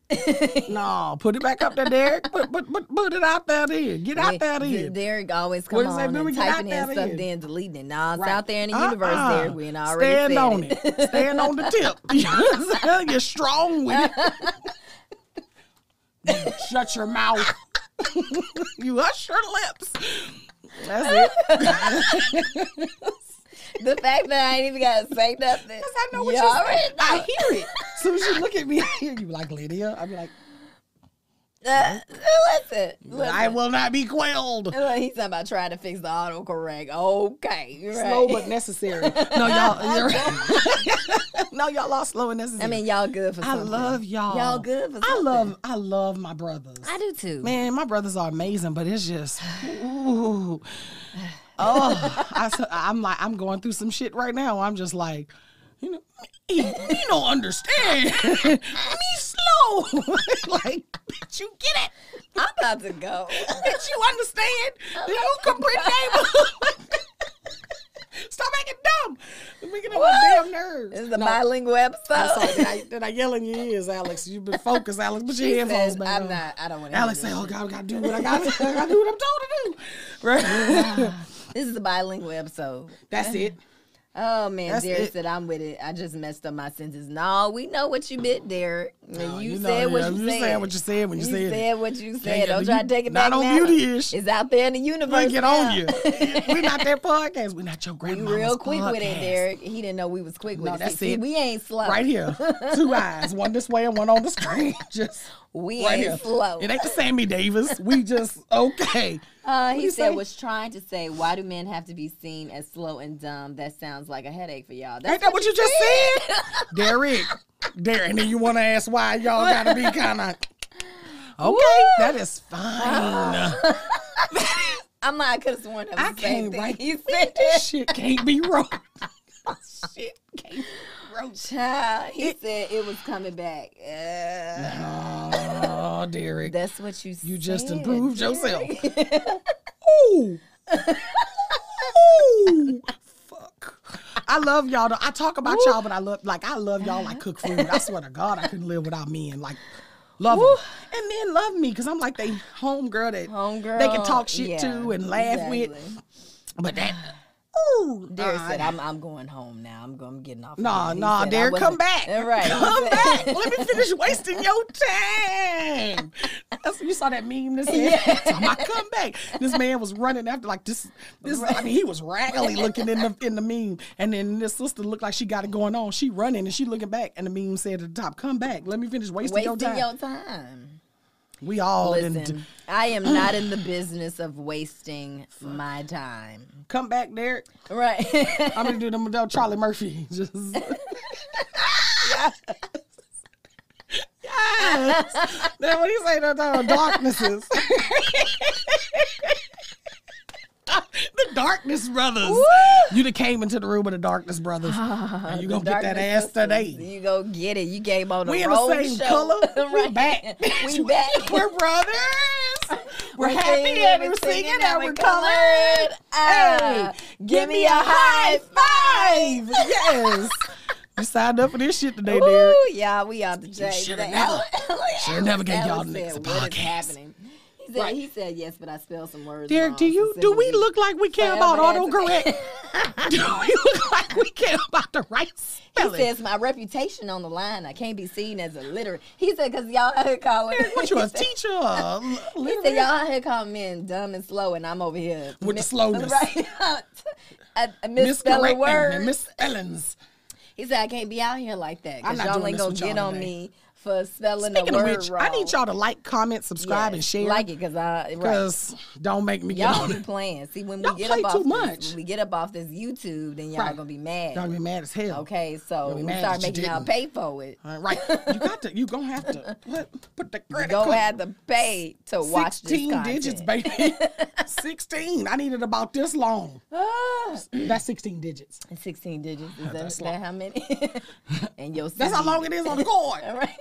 Speaker 1: No, put it back up there, Derek. put, put, put, put it out there then. Get out there
Speaker 2: D-
Speaker 1: then.
Speaker 2: Derek always
Speaker 1: What
Speaker 2: come
Speaker 1: does
Speaker 2: on
Speaker 1: that do? We
Speaker 2: and
Speaker 1: get
Speaker 2: typing
Speaker 1: out
Speaker 2: in
Speaker 1: there
Speaker 2: stuff,
Speaker 1: then.
Speaker 2: then deleting it. Nah, it's
Speaker 1: Right.
Speaker 2: out there in the universe,
Speaker 1: Uh-uh.
Speaker 2: Derek. We ain't already
Speaker 1: Stand
Speaker 2: said
Speaker 1: on
Speaker 2: it.
Speaker 1: it. Stand on the tip. You're strong with it. You shut your mouth. you hush your lips. That's it.
Speaker 2: The fact that I ain't even gotta say nothing. Because
Speaker 1: I know what
Speaker 2: you
Speaker 1: you
Speaker 2: already
Speaker 1: said. I hear it. As soon as you look at me, I hear you like Lydia. I'd be like,
Speaker 2: Uh, listen, listen.
Speaker 1: I will not be quailed.
Speaker 2: He's talking about trying to fix the autocorrect. Okay, right.
Speaker 1: Slow but necessary. No, y'all. You're no, y'all are slow and necessary.
Speaker 2: I mean, y'all good for
Speaker 1: I
Speaker 2: something.
Speaker 1: love y'all.
Speaker 2: Y'all good for
Speaker 1: I
Speaker 2: something.
Speaker 1: love, I love my brothers.
Speaker 2: I do too.
Speaker 1: Man, my brothers are amazing, but it's just, ooh. oh, I, am like, I'm going through some shit right now. I'm just like, you know, me, me don't understand. me slow. like, bitch, you get it.
Speaker 2: I'm about to go.
Speaker 1: Bitch, you understand? You comprehend? Stop making dumb. You're making up my damn nerves.
Speaker 2: This is the bilingual episode.
Speaker 1: I'm sorry. Did I, did I yell in your ears, Alex? You've been focused, Alex. Put your
Speaker 2: He
Speaker 1: headphones
Speaker 2: says,
Speaker 1: back
Speaker 2: I'm
Speaker 1: on.
Speaker 2: not. I don't want to.
Speaker 1: Alex say, "Oh God, I gotta do what I gotta, I gotta do what I'm told to do." Right?
Speaker 2: This is a bilingual episode.
Speaker 1: That's it.
Speaker 2: Oh man,
Speaker 1: That's
Speaker 2: Derek
Speaker 1: it.
Speaker 2: said I'm with it. I just messed up my sentence. No, we know what you meant, Derek.
Speaker 1: No,
Speaker 2: you,
Speaker 1: Oh, you know,
Speaker 2: said what
Speaker 1: yeah,
Speaker 2: you,
Speaker 1: you
Speaker 2: said.
Speaker 1: said what you said when you said it.
Speaker 2: what you said.
Speaker 1: yeah,
Speaker 2: Don't
Speaker 1: you-
Speaker 2: try to take it
Speaker 1: not
Speaker 2: back
Speaker 1: on
Speaker 2: now.
Speaker 1: Beauty Ish.
Speaker 2: It's out there in the universe.
Speaker 1: Bring it on
Speaker 2: now.
Speaker 1: you. We're not that podcast. We're not your
Speaker 2: You
Speaker 1: grandma's
Speaker 2: real quick with it,
Speaker 1: podcast.
Speaker 2: Derek. He didn't know we was quick with
Speaker 1: No,
Speaker 2: it.
Speaker 1: that's
Speaker 2: See,
Speaker 1: it.
Speaker 2: We ain't slow.
Speaker 1: Right here, two eyes, one this way and one on the screen. Just
Speaker 2: We
Speaker 1: right
Speaker 2: ain't
Speaker 1: here.
Speaker 2: slow.
Speaker 1: It ain't the Sammy Davis. We just okay.
Speaker 2: Uh, he
Speaker 1: you
Speaker 2: said
Speaker 1: say?
Speaker 2: was trying to say, why do men have to be seen as slow and dumb? That sounds like a headache for y'all. That's
Speaker 1: Ain't that what you just said, Derek? Derek, and then you want to ask why y'all gotta be kind of okay. That is fine.
Speaker 2: I'm not. I could have sworn that was
Speaker 1: I
Speaker 2: the
Speaker 1: can't
Speaker 2: same thing.
Speaker 1: write
Speaker 2: He said
Speaker 1: this shit. Can't be wrong.
Speaker 2: shit came Child, he said it was coming back. Uh,
Speaker 1: Oh, Derek,
Speaker 2: that's what you
Speaker 1: you just
Speaker 2: said,
Speaker 1: improved
Speaker 2: Derek.
Speaker 1: yourself. Ooh. Ooh. Fuck. I love y'all. though. I talk about y'all, but I love like I love y'all like cook food. I swear to God, I couldn't live without men. Like love 'em.
Speaker 2: Woo.
Speaker 1: and men love me because I'm like they home girl that
Speaker 2: Homegirl.
Speaker 1: they can talk shit
Speaker 2: yeah,
Speaker 1: to and laugh with.
Speaker 2: exactly.
Speaker 1: But that uh, ooh,
Speaker 2: Derek
Speaker 1: nah,
Speaker 2: said, I'm, I'm going home now. I'm, going, I'm getting off.
Speaker 1: Nah,
Speaker 2: here." He
Speaker 1: nah,
Speaker 2: said, "I
Speaker 1: Derek, come
Speaker 2: wasn't-"
Speaker 1: back.
Speaker 2: All right. he
Speaker 1: Come
Speaker 2: said-
Speaker 1: back. Let me finish wasting your time. That's, you saw that meme this year. Time I come back. This man was running after like this. This I mean, he was raggedy looking in the in the meme, and then this sister looked like she got it going on. She running and she looking back, and the meme said at the top, "Come back. Let me finish wasting, your
Speaker 2: Wasting
Speaker 1: time." Oh,
Speaker 2: your time.
Speaker 1: we all in.
Speaker 2: Listen, I am not in the business of wasting my time.
Speaker 1: Come back, Derek.
Speaker 2: Right.
Speaker 1: I'm gonna do them them Charlie Murphy. Just yes. Now what do you say that uh, darknesses? the darkness brothers. You done came into the room with the darkness brothers. and you gonna get that
Speaker 2: Darkness
Speaker 1: ass
Speaker 2: Sisters,
Speaker 1: today.
Speaker 2: You go get it. You came on the
Speaker 1: We in
Speaker 2: road
Speaker 1: the same
Speaker 2: show.
Speaker 1: color. We
Speaker 2: Right.
Speaker 1: back.
Speaker 2: We back.
Speaker 1: We're brothers. We're, happy
Speaker 2: singing,
Speaker 1: and we're singing and we're colored.
Speaker 2: Ah, give me a high five.
Speaker 1: five. Yes. you signed up for this shit today, Derek.
Speaker 2: Ooh, yeah, we out the chain.
Speaker 1: shoulda
Speaker 2: today.
Speaker 1: never-
Speaker 2: Alex-
Speaker 1: shoulda never gave
Speaker 2: Alex
Speaker 1: y'all
Speaker 2: said,
Speaker 1: niggas a podcast."
Speaker 2: What is happening? He said,
Speaker 1: Right.
Speaker 2: he said yes, but I spelled some words.
Speaker 1: Derek,
Speaker 2: wrong,
Speaker 1: do you
Speaker 2: so
Speaker 1: do we
Speaker 2: send me-
Speaker 1: look like we care about
Speaker 2: forever that's-
Speaker 1: autocorrect? do we look like we care about the right
Speaker 2: He
Speaker 1: spelling?
Speaker 2: says my reputation on the line. I can't be seen as illiterate. He said because y'all out here calling.
Speaker 1: what you a teacher? or a
Speaker 2: He said,
Speaker 1: literary-
Speaker 2: y'all out here calling men dumb and slow, and I'm over here
Speaker 1: With the
Speaker 2: mi-
Speaker 1: slowness.
Speaker 2: Right. I, I misspelling
Speaker 1: miscorrecting
Speaker 2: words.
Speaker 1: and misspellings.
Speaker 2: he said, I can't be out here like that
Speaker 1: I'm
Speaker 2: because
Speaker 1: not
Speaker 2: y'all
Speaker 1: doing
Speaker 2: ain't
Speaker 1: this
Speaker 2: gonna
Speaker 1: with
Speaker 2: get
Speaker 1: y'all
Speaker 2: on
Speaker 1: today.
Speaker 2: me for spelling
Speaker 1: Speaking
Speaker 2: a
Speaker 1: of
Speaker 2: word
Speaker 1: which,
Speaker 2: wrong.
Speaker 1: I need y'all to like, comment, subscribe, and
Speaker 2: Yes,
Speaker 1: share.
Speaker 2: Like it because I right.
Speaker 1: Because don't make me get
Speaker 2: Y'all
Speaker 1: on
Speaker 2: be
Speaker 1: it.
Speaker 2: playing. See when
Speaker 1: Y'all
Speaker 2: we get
Speaker 1: play
Speaker 2: up off
Speaker 1: too
Speaker 2: this,
Speaker 1: much.
Speaker 2: when we get up off this YouTube, then y'all all
Speaker 1: Right.
Speaker 2: gonna be mad.
Speaker 1: Y'all be mad as hell.
Speaker 2: Okay, so
Speaker 1: Y'all
Speaker 2: we
Speaker 1: be mad
Speaker 2: start
Speaker 1: that you
Speaker 2: making y'all
Speaker 1: didn't.
Speaker 2: pay for it.
Speaker 1: All right. You got to. You gonna have to put, put the
Speaker 2: You
Speaker 1: credit
Speaker 2: go
Speaker 1: card-
Speaker 2: have to pay to watch this
Speaker 1: 16
Speaker 2: content.
Speaker 1: digits, baby. 16. I needed about this long.
Speaker 2: Ah,
Speaker 1: That's 16 digits.
Speaker 2: Sixteen digits. Is that,
Speaker 1: That's
Speaker 2: that how many? and your
Speaker 1: That's how
Speaker 2: city.
Speaker 1: long it is on the cord.
Speaker 2: All right.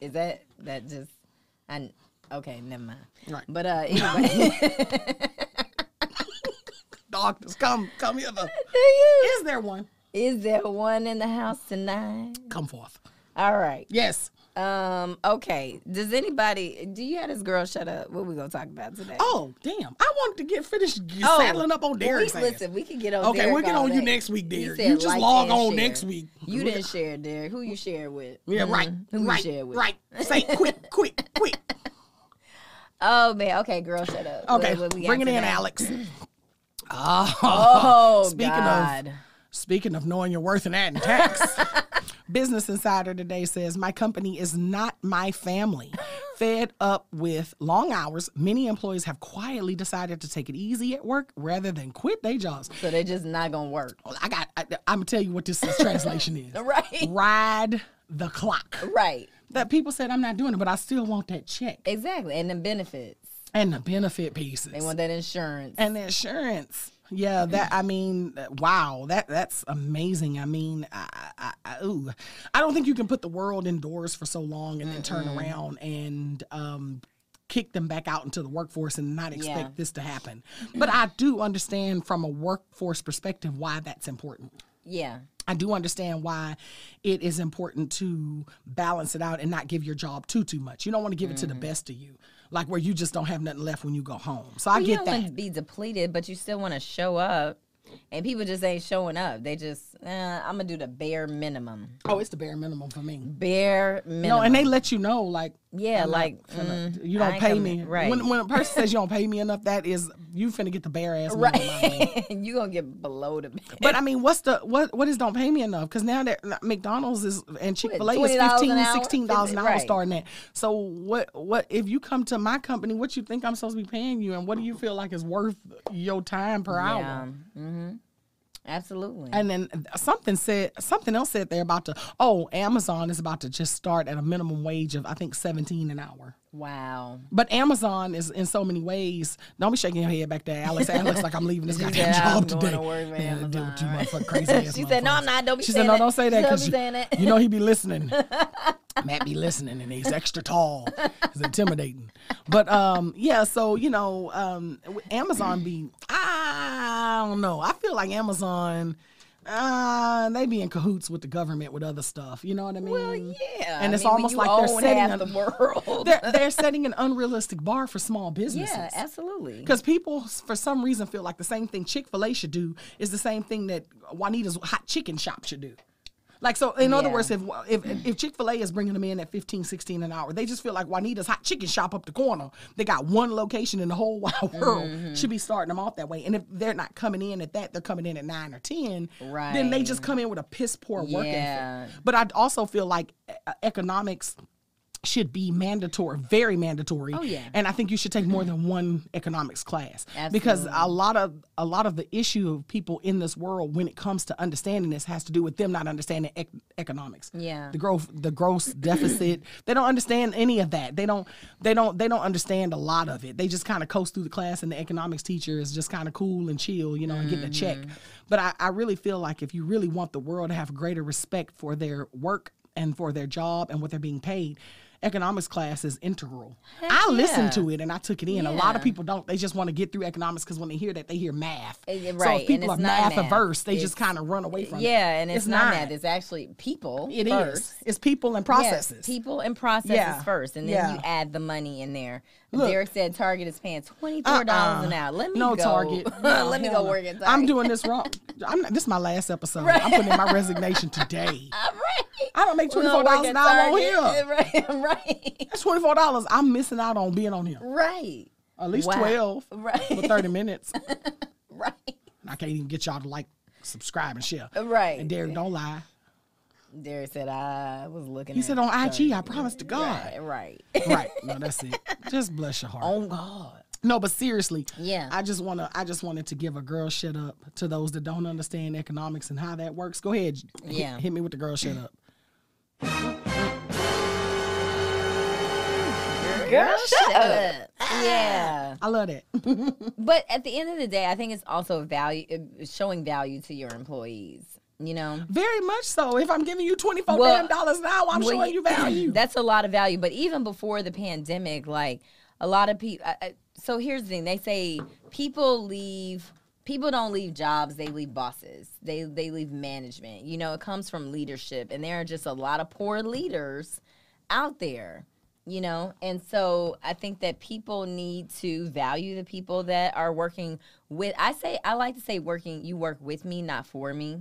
Speaker 2: Is that that just? I okay. Never mind.
Speaker 1: Right.
Speaker 2: But uh, anyway,
Speaker 1: Doctors, come, come hither. Is there one?
Speaker 2: is there one in the house tonight?
Speaker 1: Come forth.
Speaker 2: All right.
Speaker 1: Yes.
Speaker 2: Um. Okay. Does anybody? Do you have this girl shut up? What we gonna talk about today?
Speaker 1: Oh, damn. I wanted to get finished get-
Speaker 2: Oh,
Speaker 1: saddling up on
Speaker 2: we-
Speaker 1: Derek's ass.
Speaker 2: Listen, we can get on.
Speaker 1: Okay,
Speaker 2: Derek
Speaker 1: we'll get
Speaker 2: all
Speaker 1: on you
Speaker 2: day.
Speaker 1: next week,
Speaker 2: He
Speaker 1: Derek.
Speaker 2: said
Speaker 1: You just
Speaker 2: like
Speaker 1: log
Speaker 2: and
Speaker 1: on
Speaker 2: share.
Speaker 1: next week.
Speaker 2: You
Speaker 1: We-
Speaker 2: didn't share, Derek. Who you share with? Hmm.
Speaker 1: Yeah, right.
Speaker 2: Mm-hmm. Who
Speaker 1: right.
Speaker 2: you share with?
Speaker 1: Right. Say quick, quick, quick.
Speaker 2: Oh man. Okay, girl, shut up. What-
Speaker 1: Okay.
Speaker 2: what we got
Speaker 1: Bring it in,
Speaker 2: tonight?
Speaker 1: Alex.
Speaker 2: Oh,
Speaker 1: Speaking of-
Speaker 2: God.
Speaker 1: Speaking of knowing your worth and adding tax, Business Insider today says my company is not my family. Fed up with long hours, many employees have quietly decided to take it easy at work rather than quit their jobs.
Speaker 2: so they're just not gonna work.
Speaker 1: Oh, I got. I, I'm gonna tell you what this translation is.
Speaker 2: Right.
Speaker 1: Ride the clock.
Speaker 2: Right.
Speaker 1: That people said I'm not doing it, but I still want that check
Speaker 2: Exactly. And the benefits.
Speaker 1: and the benefit pieces
Speaker 2: They want that insurance.
Speaker 1: and the insurance. Yeah, that I mean, uh, wow, that that's amazing. I mean, I, I, I, ooh, I don't think you can put the world indoors for so long and then turn around and um, kick them back out into the workforce and not expect
Speaker 2: Yeah.
Speaker 1: this to happen. But I do understand from a workforce perspective why that's important.
Speaker 2: yeah.
Speaker 1: I do understand why it is important to balance it out and not give your job too too much. You don't want to give it to the best of you, like where you just don't have nothing left when you go home. So I
Speaker 2: You
Speaker 1: get
Speaker 2: don't
Speaker 1: that.
Speaker 2: want to be depleted, but you still want to show up. and people just ain't showing up. They just, eh, I'm gonna do the bare minimum,
Speaker 1: Oh, it's the bare minimum for me.
Speaker 2: bare minimum.
Speaker 1: No, and they let you know like
Speaker 2: yeah,
Speaker 1: I'm not
Speaker 2: like
Speaker 1: finna-
Speaker 2: mm,
Speaker 1: you
Speaker 2: I
Speaker 1: don't
Speaker 2: ain't
Speaker 1: pay
Speaker 2: coming
Speaker 1: me.
Speaker 2: in. right?
Speaker 1: When when a person says you don't pay me enough, that is you finna get the bare ass minimum out of me.
Speaker 2: right, mm, you gonna get below the bare.
Speaker 1: But I mean, what's the what? What is don't pay me enough? Because now that uh, McDonald's is and Chick Fil A is
Speaker 2: $20 an
Speaker 1: 15
Speaker 2: hour?
Speaker 1: 16 dollars an hour
Speaker 2: Right.
Speaker 1: starting at. So what? What if you come to my company? What you think I'm supposed to be paying you, and what do you feel like is worth your time per hour?
Speaker 2: hmm Absolutely.
Speaker 1: And then uh, something said something else said there about to oh Amazon is about to just start at a minimum wage of I think 17 an hour.
Speaker 2: wow.
Speaker 1: But Amazon is in so many ways. Don't be shaking your head back there, Alex. Alex, like I'm leaving this goddamn
Speaker 2: said,
Speaker 1: job
Speaker 2: "I'm going
Speaker 1: today.
Speaker 2: to work for
Speaker 1: Yeah, deal with you
Speaker 2: Amazon."
Speaker 1: motherfucking crazy ass
Speaker 2: She said, "No,
Speaker 1: motherfuckers."
Speaker 2: I'm not. Don't be
Speaker 1: She said,
Speaker 2: saying
Speaker 1: "No,
Speaker 2: that.
Speaker 1: don't say that
Speaker 2: Don't
Speaker 1: because
Speaker 2: be saying that."
Speaker 1: you know he be listening. Matt be listening, and he's extra tall. It's intimidating. But um, yeah, so you know, um, w- Amazon be I don't know. I feel like Amazon. Uh, they be in cahoots with the government with other stuff. You know what I mean?
Speaker 2: Well, yeah.
Speaker 1: And
Speaker 2: I
Speaker 1: it's
Speaker 2: mean, when
Speaker 1: almost
Speaker 2: you
Speaker 1: like they're
Speaker 2: own
Speaker 1: setting
Speaker 2: half
Speaker 1: a-
Speaker 2: the world.
Speaker 1: They're, they're setting an unrealistic bar for small businesses.
Speaker 2: yeah, absolutely.
Speaker 1: Because people, s- for some reason, feel like the same thing Chick Fil A should do is the same thing that Juanita's hot chicken shop should do. Like so, in other
Speaker 2: Yeah.
Speaker 1: words, if if if Chick Fil A is bringing them in at 15, 16 an hour, they just feel like Juanita's hot chicken shop up the corner. They got one location in the whole wide world.
Speaker 2: Mm-hmm.
Speaker 1: Should be starting them off that way. And if they're not coming in at that, they're coming in at nine or ten. Then they just come in with a piss poor work
Speaker 2: Yeah.
Speaker 1: ethic. But I also feel like e- economics should be mandatory, very mandatory.
Speaker 2: Oh, yeah.
Speaker 1: And I think you should take more than one economics class because a lot of a lot of the issue of people in this world when it comes to understanding this has to do with them not understanding ec- economics.
Speaker 2: Yeah.
Speaker 1: The growth the gross deficit, they don't understand any of that. They don't they don't they don't understand a lot of it. They just kind of coast through the class and the economics teacher is just kind of cool and chill, you know, and getting a check.
Speaker 2: Mm-hmm.
Speaker 1: But I, I really feel like if you really want the world to have greater respect for their work and for their job and what they're being paid, economics class is integral. I
Speaker 2: yeah.
Speaker 1: listened to it and I took it in. A lot of
Speaker 2: Yeah.
Speaker 1: people don't. They just want to get through economics because when they hear that, they hear math.
Speaker 2: Eh, yeah,
Speaker 1: So
Speaker 2: right,
Speaker 1: if
Speaker 2: and
Speaker 1: people are
Speaker 2: it's not
Speaker 1: math
Speaker 2: math.
Speaker 1: averse, they just
Speaker 2: It's-
Speaker 1: kind of run away from it.
Speaker 2: yeah, and it's, not,
Speaker 1: math.
Speaker 2: that. It's actually people.
Speaker 1: It is.
Speaker 2: first.
Speaker 1: It's people and
Speaker 2: Yeah,
Speaker 1: processes.
Speaker 2: people and processes
Speaker 1: Yeah.
Speaker 2: first, and then
Speaker 1: Yeah.
Speaker 2: you add the money in there.
Speaker 1: Look. Uh-uh.
Speaker 2: Derek said Target is paying twenty four dollars an hour. Let me
Speaker 1: no
Speaker 2: go.
Speaker 1: Target. No,
Speaker 2: Let me
Speaker 1: hell
Speaker 2: go
Speaker 1: no.
Speaker 2: work at Target.
Speaker 1: I'm doing this wrong. I'm not, this is my last episode. I'm putting in my resignation today.
Speaker 2: I'm right.
Speaker 1: I don't make
Speaker 2: We
Speaker 1: twenty
Speaker 2: gonna
Speaker 1: four
Speaker 2: work
Speaker 1: dollars
Speaker 2: at
Speaker 1: an hour on
Speaker 2: Target.
Speaker 1: here.
Speaker 2: Right, right,
Speaker 1: That's twenty four dollars. I'm missing out on being on here.
Speaker 2: right.
Speaker 1: At least
Speaker 2: Wow.
Speaker 1: twelve for
Speaker 2: Right,
Speaker 1: thirty minutes. And
Speaker 2: right,
Speaker 1: I can't even get y'all to like, subscribe, and share.
Speaker 2: right.
Speaker 1: And Derek, don't lie.
Speaker 2: Derek said I was looking.
Speaker 1: He said on IG, I promise to God.
Speaker 2: right, right.
Speaker 1: Right. No, that's it. Just bless your heart.
Speaker 2: oh God.
Speaker 1: No, but seriously,
Speaker 2: Yeah.
Speaker 1: I just wanna, I just wanted to give a girl shit up to those that don't understand economics and how that works. Go ahead, hit-
Speaker 2: Yeah.
Speaker 1: hit, me with the girl shit up.
Speaker 2: Girl, shut up. Ah. Yeah.
Speaker 1: I love that.
Speaker 2: But at the end of the day, I think it's also value uh, showing value to your employees. You know,
Speaker 1: Very much so. If I'm giving you twenty four
Speaker 2: Well,
Speaker 1: damn dollars an hour, I'm
Speaker 2: Well,
Speaker 1: showing
Speaker 2: ye-
Speaker 1: you value.
Speaker 2: That's a lot of value. But even before the pandemic, like a lot of people. I, I, so here's the thing: they say people leave. People don't leave jobs; they leave bosses. They they leave management. You know, it comes from leadership, and there are just a lot of poor leaders out there. You know, and so I think that people need to value the people that are working with. I say I like to say working. You work with me, not for me,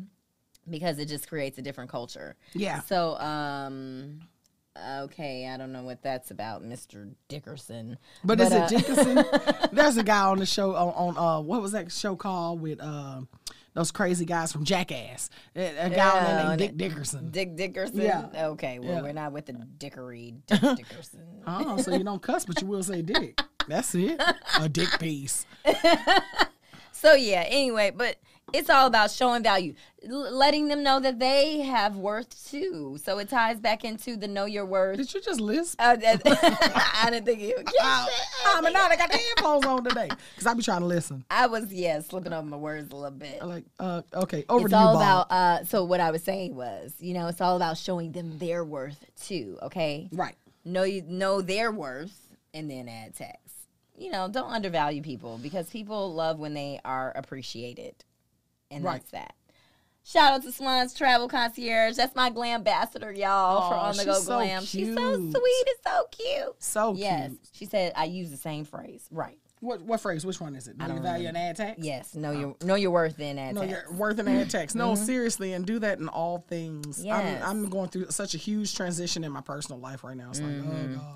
Speaker 2: because it just creates a different culture.
Speaker 1: yeah.
Speaker 2: So, um, okay, I don't know what that's about, Mr. Dickerson.
Speaker 1: But, is
Speaker 2: uh,
Speaker 1: it Dickinson? There's a guy on the show on, on uh what was that show called with uh, those crazy guys from Jackass? A, a guy on there
Speaker 2: Yeah,
Speaker 1: named
Speaker 2: and
Speaker 1: Dick Dickerson.
Speaker 2: Dick Dickerson?
Speaker 1: Yeah.
Speaker 2: Okay, well,
Speaker 1: Yeah.
Speaker 2: we're not with the dickery Dick Dickerson.
Speaker 1: Oh, so you don't cuss, but you will say dick. That's it. A dick piece.
Speaker 2: So, yeah, anyway, but it's all about showing value, l- letting them know that they have worth too. So it ties back into the know your worth.
Speaker 1: Did you just lisp?
Speaker 2: Uh, that- I didn't think you
Speaker 1: Oh, I'm not. I got the headphones on today because I be trying to listen.
Speaker 2: I was, yeah, slipping over my words a little bit.
Speaker 1: I'm like, uh, okay, over
Speaker 2: it's
Speaker 1: to you,
Speaker 2: all
Speaker 1: Bob.
Speaker 2: about uh so what i was saying was you know it's all about showing them their worth too okay
Speaker 1: right.
Speaker 2: know you know their worth and then add tax you know don't undervalue people because people love when they are appreciated and
Speaker 1: Right.
Speaker 2: that's that Shout out to Swan's Travel Concierge. That's my glam ambassador, y'all, for
Speaker 1: Aw,
Speaker 2: on the
Speaker 1: she's
Speaker 2: go
Speaker 1: so
Speaker 2: glam. She's so
Speaker 1: cute.
Speaker 2: sweet and so cute.
Speaker 1: So
Speaker 2: yes,
Speaker 1: cute.
Speaker 2: she said I use the same phrase. Right.
Speaker 1: What what phrase? Which one is it? Know your value and add tax.
Speaker 2: Yes, know your know your worth in that.
Speaker 1: No,
Speaker 2: tax.
Speaker 1: you're worth an ad tax. No, seriously, and do that in all things.
Speaker 2: Mm-hmm. Yes.
Speaker 1: I'm, I'm going through such a huge transition in my personal life right now. It's like,
Speaker 2: Mm-hmm.
Speaker 1: oh God.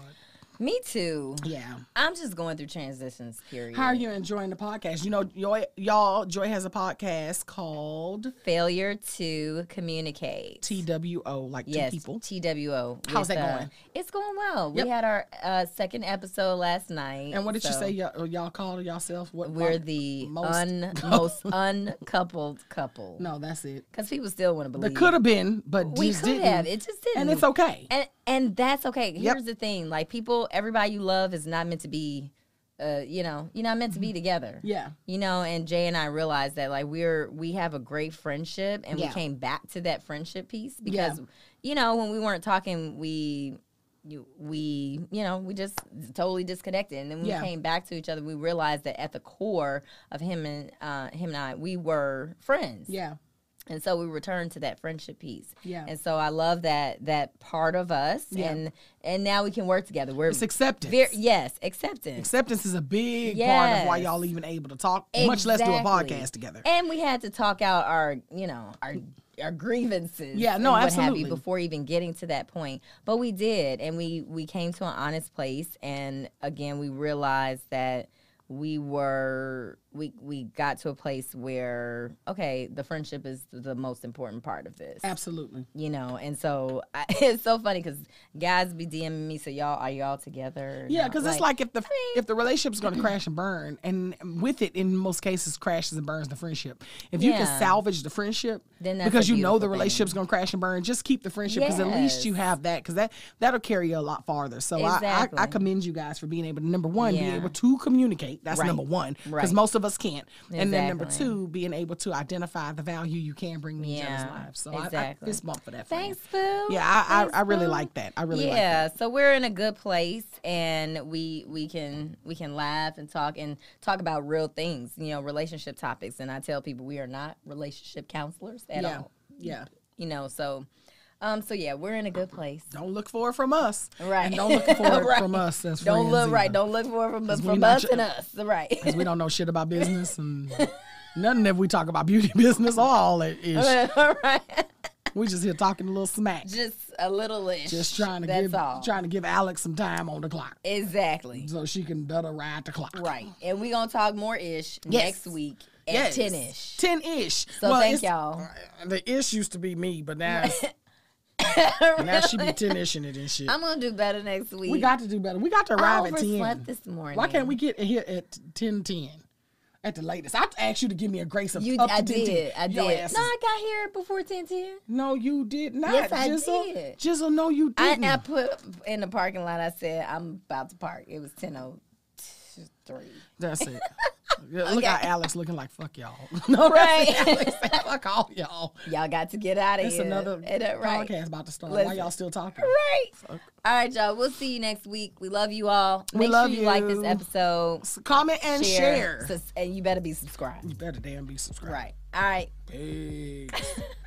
Speaker 2: Me too.
Speaker 1: Yeah.
Speaker 2: I'm just going through transitions. Period.
Speaker 1: How are you enjoying the podcast? You know, Joy, y'all, Joy has a podcast called
Speaker 2: Failure to communicate.
Speaker 1: TWO, like
Speaker 2: Yes,
Speaker 1: two people.
Speaker 2: TWO.
Speaker 1: How's that
Speaker 2: with, uh,
Speaker 1: going?
Speaker 2: it's going well.
Speaker 1: Yep.
Speaker 2: We had our uh, second episode last night.
Speaker 1: And what did you
Speaker 2: so
Speaker 1: say y'all, y'all called yourself? What
Speaker 2: We're
Speaker 1: what-
Speaker 2: the
Speaker 1: most-
Speaker 2: un, most uncoupled couple.
Speaker 1: No, that's it.
Speaker 2: Because people still want to
Speaker 1: That
Speaker 2: believe.
Speaker 1: could have been, but
Speaker 2: we
Speaker 1: just
Speaker 2: could
Speaker 1: didn't.
Speaker 2: have. It just didn't.
Speaker 1: and it's okay.
Speaker 2: and and that's okay. Here's the thing: like people, everybody you love is not meant to be, uh, you know, you're not meant to be
Speaker 1: Mm-hmm.
Speaker 2: together.
Speaker 1: yeah.
Speaker 2: You know, and Jay and I realized that like we're we have a great friendship, and
Speaker 1: Yeah.
Speaker 2: we came back to that friendship piece
Speaker 1: Yeah.
Speaker 2: because you know when we weren't talking, we you- we you know we just totally disconnected, and then when
Speaker 1: Yeah.
Speaker 2: we came back to each other, we realized that at the core of him and uh, him and I, we were friends.
Speaker 1: Yeah.
Speaker 2: And so we return to that friendship piece.
Speaker 1: Yeah.
Speaker 2: And so I love that that part of us
Speaker 1: Yeah.
Speaker 2: and and now we can work together. We're
Speaker 1: It's acceptance.
Speaker 2: very yes, acceptance.
Speaker 1: acceptance is a big part of why
Speaker 2: Yes.
Speaker 1: y'all even able to talk, much less do a
Speaker 2: Exactly.
Speaker 1: podcast together.
Speaker 2: And we had to talk out our, you know, our our grievances.
Speaker 1: Yeah, no,
Speaker 2: and what
Speaker 1: absolutely.
Speaker 2: Have you, before even getting to that point, but we did, and we we came to an honest place, and again, we realized that we were we we got to a place where okay, the friendship is the most important part of this.
Speaker 1: Absolutely.
Speaker 2: you know, and so I, it's so funny because guys be DMing me, so y'all are y'all together?
Speaker 1: Yeah,
Speaker 2: Now,
Speaker 1: because it's like if the if the relationship's going to crash and burn, and with it, in most cases, crashes and burns the friendship. If you can
Speaker 2: Yeah.
Speaker 1: salvage the friendship,
Speaker 2: Then that's
Speaker 1: because
Speaker 2: a
Speaker 1: you know the
Speaker 2: beautiful thing.
Speaker 1: relationship's going to crash and burn, just keep the friendship because at least you
Speaker 2: Yes.
Speaker 1: have that because that that'll carry you a lot farther. So I, I I
Speaker 2: Exactly.
Speaker 1: commend you guys for being able to number one be
Speaker 2: Yeah.
Speaker 1: able to communicate. That's
Speaker 2: Right.
Speaker 1: number one because
Speaker 2: Right.
Speaker 1: most of us can't. And then number
Speaker 2: Exactly.
Speaker 1: two, being able to identify the value you can bring to each
Speaker 2: Yeah,
Speaker 1: other's lives. So I, I
Speaker 2: exactly.
Speaker 1: fist bump for that. for you.
Speaker 2: thanks, boo.
Speaker 1: Yeah, I,
Speaker 2: Thanks,
Speaker 1: I, I really
Speaker 2: boo.
Speaker 1: like that. I really like that.
Speaker 2: yeah, so we're in a good place, and we we can we can laugh and talk and talk about real things, you know, relationship topics. And I tell people we are not relationship counselors at
Speaker 1: Yeah.
Speaker 2: all,
Speaker 1: Yeah.
Speaker 2: you know. So, um, so yeah, we're in a good place.
Speaker 1: Don't look for it from us.
Speaker 2: Right.
Speaker 1: And don't look for it
Speaker 2: Right.
Speaker 1: from us. That's
Speaker 2: Don't look right. Don't look for it from us,
Speaker 1: we
Speaker 2: from
Speaker 1: not
Speaker 2: us
Speaker 1: your-
Speaker 2: and us, right?
Speaker 1: Because we don't know shit about business and nothing that we talk about beauty business or all that ish.
Speaker 2: all right.
Speaker 1: We just here talking a little smack.
Speaker 2: Just a little ish.
Speaker 1: Just trying to
Speaker 2: That's
Speaker 1: give
Speaker 2: all.
Speaker 1: trying to give Alex some time on the clock.
Speaker 2: Exactly.
Speaker 1: So she can better ride the clock.
Speaker 2: Right. And we're gonna talk more ish
Speaker 1: Yes.
Speaker 2: next week at ten ish.
Speaker 1: Ten ish.
Speaker 2: So thank y'all.
Speaker 1: The ish used to be me, but now it's- now she be ten ishing it and shit.
Speaker 2: I'm gonna do better next week.
Speaker 1: we got to do better. We got to
Speaker 2: I
Speaker 1: arrive at ten.
Speaker 2: overslept this morning.
Speaker 1: Why can't we get here at ten ten? At the latest, I asked you to give me a grace of
Speaker 2: You,
Speaker 1: up to
Speaker 2: I
Speaker 1: 10.
Speaker 2: did. I did.
Speaker 1: Your
Speaker 2: No,
Speaker 1: ass is-
Speaker 2: I got here before ten ten.
Speaker 1: no, you did not.
Speaker 2: Yes, I
Speaker 1: Jizzle.
Speaker 2: did.
Speaker 1: Jizzle, no, you
Speaker 2: I,
Speaker 1: didn't.
Speaker 2: I put in the parking lot. I said I'm about to park. It was ten oh three.
Speaker 1: That's it. Yeah, Look
Speaker 2: Okay.
Speaker 1: at Alex looking like fuck y'all. No,
Speaker 2: Right.
Speaker 1: that's it, Alex. Fuck all y'all.
Speaker 2: Y'all got to get out of
Speaker 1: It's
Speaker 2: here.
Speaker 1: another
Speaker 2: And, uh, right.
Speaker 1: podcast about to start. Why
Speaker 2: Listen.
Speaker 1: y'all still talking?
Speaker 2: Right. All right, y'all. We'll see you next week. We love you all. Make
Speaker 1: love
Speaker 2: sure you like this
Speaker 1: you.
Speaker 2: episode.
Speaker 1: So comment and share.
Speaker 2: Sus- and you better be subscribed.
Speaker 1: You better damn be subscribed.
Speaker 2: Right. All right.
Speaker 1: Peace.